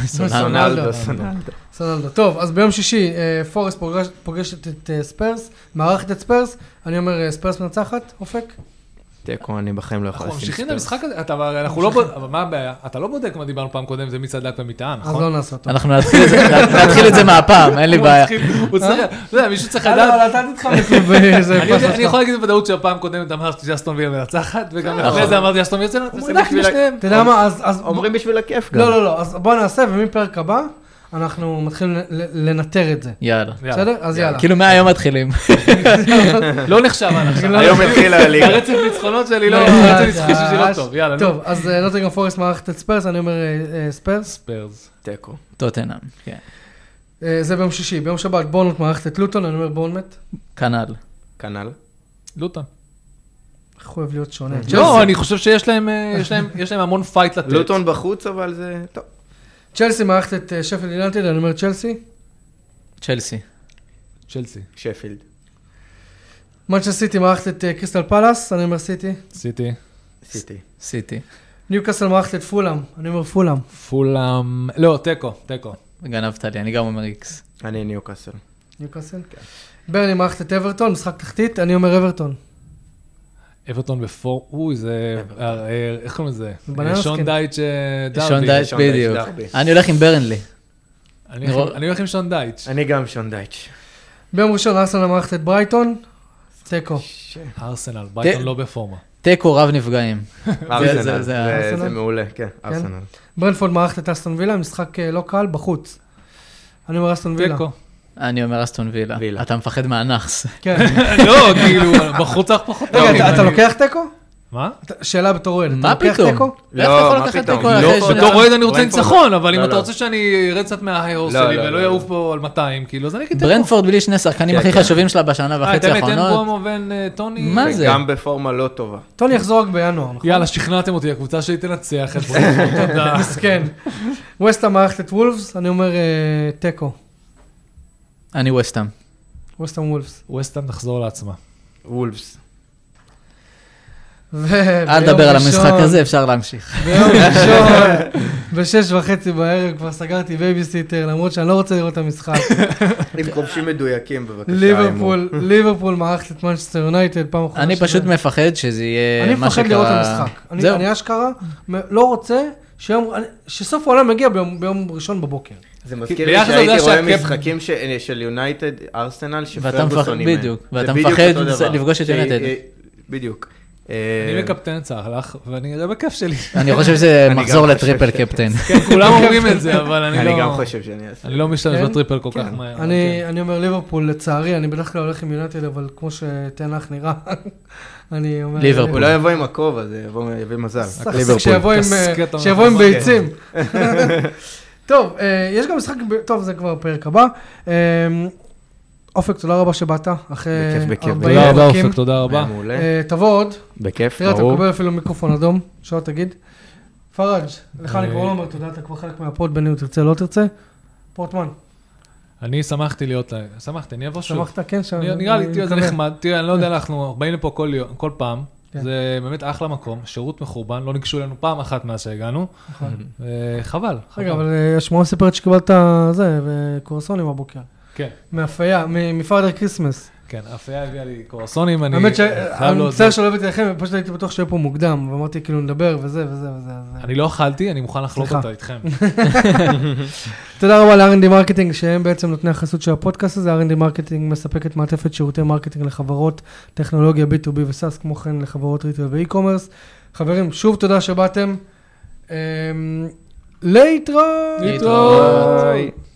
A: סונלדו.
B: לא,
D: סונלדו, סונלדו.
A: סונלדו. טוב, אז ביום שישי אה, פורסט פוגש- פוגשת את אה, ספרס, מארחת את ספרס, אני אומר אה, ספרס מנצחת, אופק?
D: תיקו, אני בחיים לא יכול
B: אנחנו
D: לשים
B: ממשיכים את
D: ספרס.
B: המשחק הזה, אתה- אבל אנחנו לא בודק, אבל מה הבעיה? אתה לא בודק מה דיברנו פעם קודם, זה מי צדק במטען,
A: אז
B: נכון?
A: לא נעשה אותו.
C: אנחנו נתחיל את זה- נתחיל את זה מהפעם, אין לי
B: הוא
C: בעיה.
B: מתחיל- הוא צריך, אתה יודע, מישהו
A: אה,
B: צריך לדעת.
A: אבל אתה תתחמק (laughs) לי באיזה
B: אני
A: פס
B: יודע- אני
A: עכשיו.
B: יכול להגיד בוודאות שהפעם קודמת אמרתי שאסטון וילה מנצחת, וגם
C: נכון.
B: אחרי זה אמרתי שאסטון וילה מנצחת.
A: אתה יודע מה, אז... לא, אז-
D: אומרים בשביל הכיף גם.
A: לא, לא, לא, אז בוא נעשה, ומפרק הבא, אנחנו מתחילים ל- ל- לנטר את זה.
C: יאללה.
B: יאללה.
A: בסדר? אז
B: יאללה.
A: יאללה.
C: כאילו מהיום מתחילים.
A: (laughs)
B: לא נחשב עד עכשיו.
A: היום
D: התחילה הליגה.
B: הרצף ניצחונות שלי לא,
A: לא,
B: הרצף
A: לא,
B: ניצחונות שלי לא
A: ממש.
B: טוב, יאללה. נו.
A: טוב, אז אה, נוטינגהאם פורסט מערכת את ספרס, אני אומר אה, אה, ספרס.
B: ספיירס.
D: תיקו.
C: טוטנאם, כן.
A: אה, זה ביום שישי. ביום שבת בורנות מערכת את לוטון, אני אומר בורנמט.
C: כנ"ל.
D: כנ"ל.
B: לוטון.
A: איך הוא אוהב להיות שונה.
B: לא, אני חושב שיש להם, אה, יש להם- יש להם המון פייט לתת.
D: לוטון בחוץ, אבל זה... טוב.
A: צ'לסי מערכת את אה, שפילד יונטד, אני אומר צ'לסי.
C: צ'לסי.
B: צ'לסי.
D: שפילד.
A: מנצ'סטר סיטי מערכת את אה, קריסטל פלאס, אני אומר סיטי.
B: סיטי.
D: סיטי.
C: סיטי.
A: ניוקאסל מערכת את פולאם, אני אומר פולאם.
B: פולאם. לא, תיקו, תיקו.
C: גנבת לי, אני גם אומר איקס.
D: אני ניוקאסל.
A: ניוקאסל? ברני מערכת את אברטון, משחק תחתית, אני אומר אברטון.
B: אברטון בפור... אוי, זה... אה, איך קוראים לזה?
A: בננה
B: שון
A: סקין.
B: דייץ' אה, דרבי.
C: שון דייץ',
D: שון דייץ',
C: בדיוק.
D: דרבי.
C: אני הולך עם ברנלי.
B: אני הולך עם- אני הולך עם שון דייץ'.
D: אני גם שון דייץ'.
A: ביום ראשון ארסנל מערכת את ברייטון,
B: לא.
A: תיקו.
B: ארסנל, ברייטון לא בפורמה.
C: תיקו רב נפגעים.
D: ארסנל.
C: זה- זה
D: זה-
A: ארסנל?
D: זה מעולה, כן, ארסנל.
A: ברנפורד מערכת את אסטון וילה, משחק אה, לא קל, בחוץ. אני אומר אסטון וילה.
B: תיקו.
C: אני אומר אסטון וילה.
D: וילה.
C: אתה מפחד מהנאחס. (laughs)
A: כן.
B: לא, כאילו, בחוץ צריך פחות...
A: רגע,
B: טוב,
A: אתה- אתה
B: אני-
A: לוקח תיקו?
B: מה?
A: אתה- שאלה בתור אוהד, אתה
C: מה
A: לוקח
C: פתאום?
A: תיקו?
D: לא,
C: איך אתה יכול
D: מה
C: לקחת
D: פתאום?
C: תיקו
D: לא,
C: אחרי
D: בתור
B: בתור
C: שנה?
B: אוהד אני רוצה
D: ברנפורד.
B: ניצחון, אבל אם
D: לא,
B: אתה
D: לא.
B: רוצה שאני ארד קצת מההיי-הורס
D: לא,
B: שלי
D: לא,
B: ולא
D: לא.
B: יעוף פה על 200, כאילו, אז אני אגיד...
C: ברנפורד בלי שני שחקנים
D: כן,
C: הכי חשובים שלה בשנה
B: אה,
C: וחצי
B: תן לי, תן
C: האחרונות.
B: פרומו בין אה, טוני.
C: מה זה?
D: גם בפורמה לא טובה.
A: טוני יחזור רק בינואר,
C: (laughs)
A: נכון?
B: יאללה, שכנעתם אותי, הקבוצה שלי תנצח את
A: (laughs)
B: ברנפורד, תודה.
A: מסכן. ווסטה כן. מערכת את וולפס, אני אומר אה, תיקו.
C: אני וסטאם.
A: ווסטה וולפס.
B: ווסטהאם תחזור אה, לעצמה. (laughs)
D: וולפס.
C: אל תדבר על המשחק הזה, אפשר להמשיך. (laughs)
A: ביום ראשון, בשש וחצי בערב כבר סגרתי בייביסיטר, למרות שאני לא רוצה לראות את המשחק.
D: עם כובשים מדויקים, בבקשה.
A: ליברפול, ליברפול מערכת את מנצ'סטר יונייטד פעם אחרונה.
C: אני
A: שזה-
C: פשוט מפחד שזה יהיה
A: אני
C: מה
A: מפחד
C: שקרה...
A: לראות את המשחק. אני-
C: זהו.
A: אני אשכרה מ- לא רוצה שיום- אני- שסוף העולם מגיע ביום- ביום ראשון בבוקר.
D: זה מזכיר לי
B: ביחד זה
D: שהייתי
B: יודע
D: רואה
B: שהקפ-
D: משחקים ש- אה, של יונייטד, ארסנל,
C: ואתה מפחד-
D: שפרגוסון אימן.
C: בדיוק.
D: זה
C: ואתה
D: בדיוק
C: מפחד
D: אותו דבר.
C: לפגוש את
D: שהיא-
C: יונייטד.
D: אה, בדיוק.
B: אני
D: אה,
B: מקפטן צהלך, ואני אראה בכיף שלי.
C: אני חושב שזה
D: אני גם לא
C: מחזור
D: חושב
C: לטריפל
D: ש-
C: קפטן.
B: (laughs) כן, כולם אומרים את זה, אבל אני לא...
D: (laughs) אני גם חושב שאני אעשה.
B: אני לא משתמש
A: כן?
B: בטריפל כל כך מהר.
A: אני אני אומר ליברפול, לצערי, אני בדרך כלל הולך עם יונייטד, אבל כמו שתנח נראה, (laughs) אני אומר...
C: ליברפול.
D: הוא לא יבוא עם הכובע, זה יבוא יביא מזל.
A: סך סך שיבוא עם, (laughs) אה,
B: קסקט או
A: שיבוא עם
B: משהו.
A: ביצים. (laughs) טוב, אה, יש גם משחק, ב- טוב, זה כבר פרק הבא. אה, אופק, תודה רבה שבאת, אחרי
D: בכיף, בכיף.
A: 40
B: כן. תודה רבה,
A: פרקים.
B: לא, אופק, תודה רבה.
D: היה מעולה.
A: אה, תבוא עוד,
D: בכיף,
A: תראה, אתה
D: ברור.
A: מקבל אפילו מיקרופון אדום, שלא תגיד. פראג', לך אני
B: אה,
A: כבר לא אומר תודה, אתה כבר חלק מהפוד, בין אם תרצה, לא תרצה. פורטמן,
B: אני שמחתי להיות... לה- שמחתי, אני אבוא שוב.
A: שמחת? כן, שם.
B: נראה- נראה לי,
A: אני
B: תראה, זה
A: מקווה.
B: נחמד. תראה, אני לא יודע, אנחנו באים לפה כל יום- כל פעם.
A: כן.
B: זה באמת אחלה מקום, שירות מחורבן, לא ניגשו אלינו פעם אחת מאז שהגענו.
A: נכון.
B: (laughs) אה, חבל,
A: רגע,
B: חבל.
A: אבל אה, השמועה סיפרת שקיבלת אה, זה, וקורסונים הבוקר.
B: כן,
A: מאפייה, מ- מפרדר כריסמס.
B: כן, אפיה הביאה לי קורסונים, אני
A: האמת
B: חייב
A: שאני
B: להודות.
A: מצטער שלא הבאתי לכם, פשוט הייתי בטוח שיהיה פה מוקדם, ואמרתי כאילו נדבר וזה וזה וזה. אז- אה,
B: אני לא אכלתי, אני מוכן לחלוק
A: סליחה.
B: אותה איתכם.
A: תודה רבה ל-R&D מרקטינג, שהם בעצם נותני החסות של הפודקאסט הזה. R&D מרקטינג מספקת מעטפת שירותי מרקטינג לחברות טכנולוגיה B2B וסאס, כמו כן לחברות ריטל ואי-קומרס. חברים, שוב תודה שבאתם. אמ, להתראות.
C: להתראות.
D: ביי.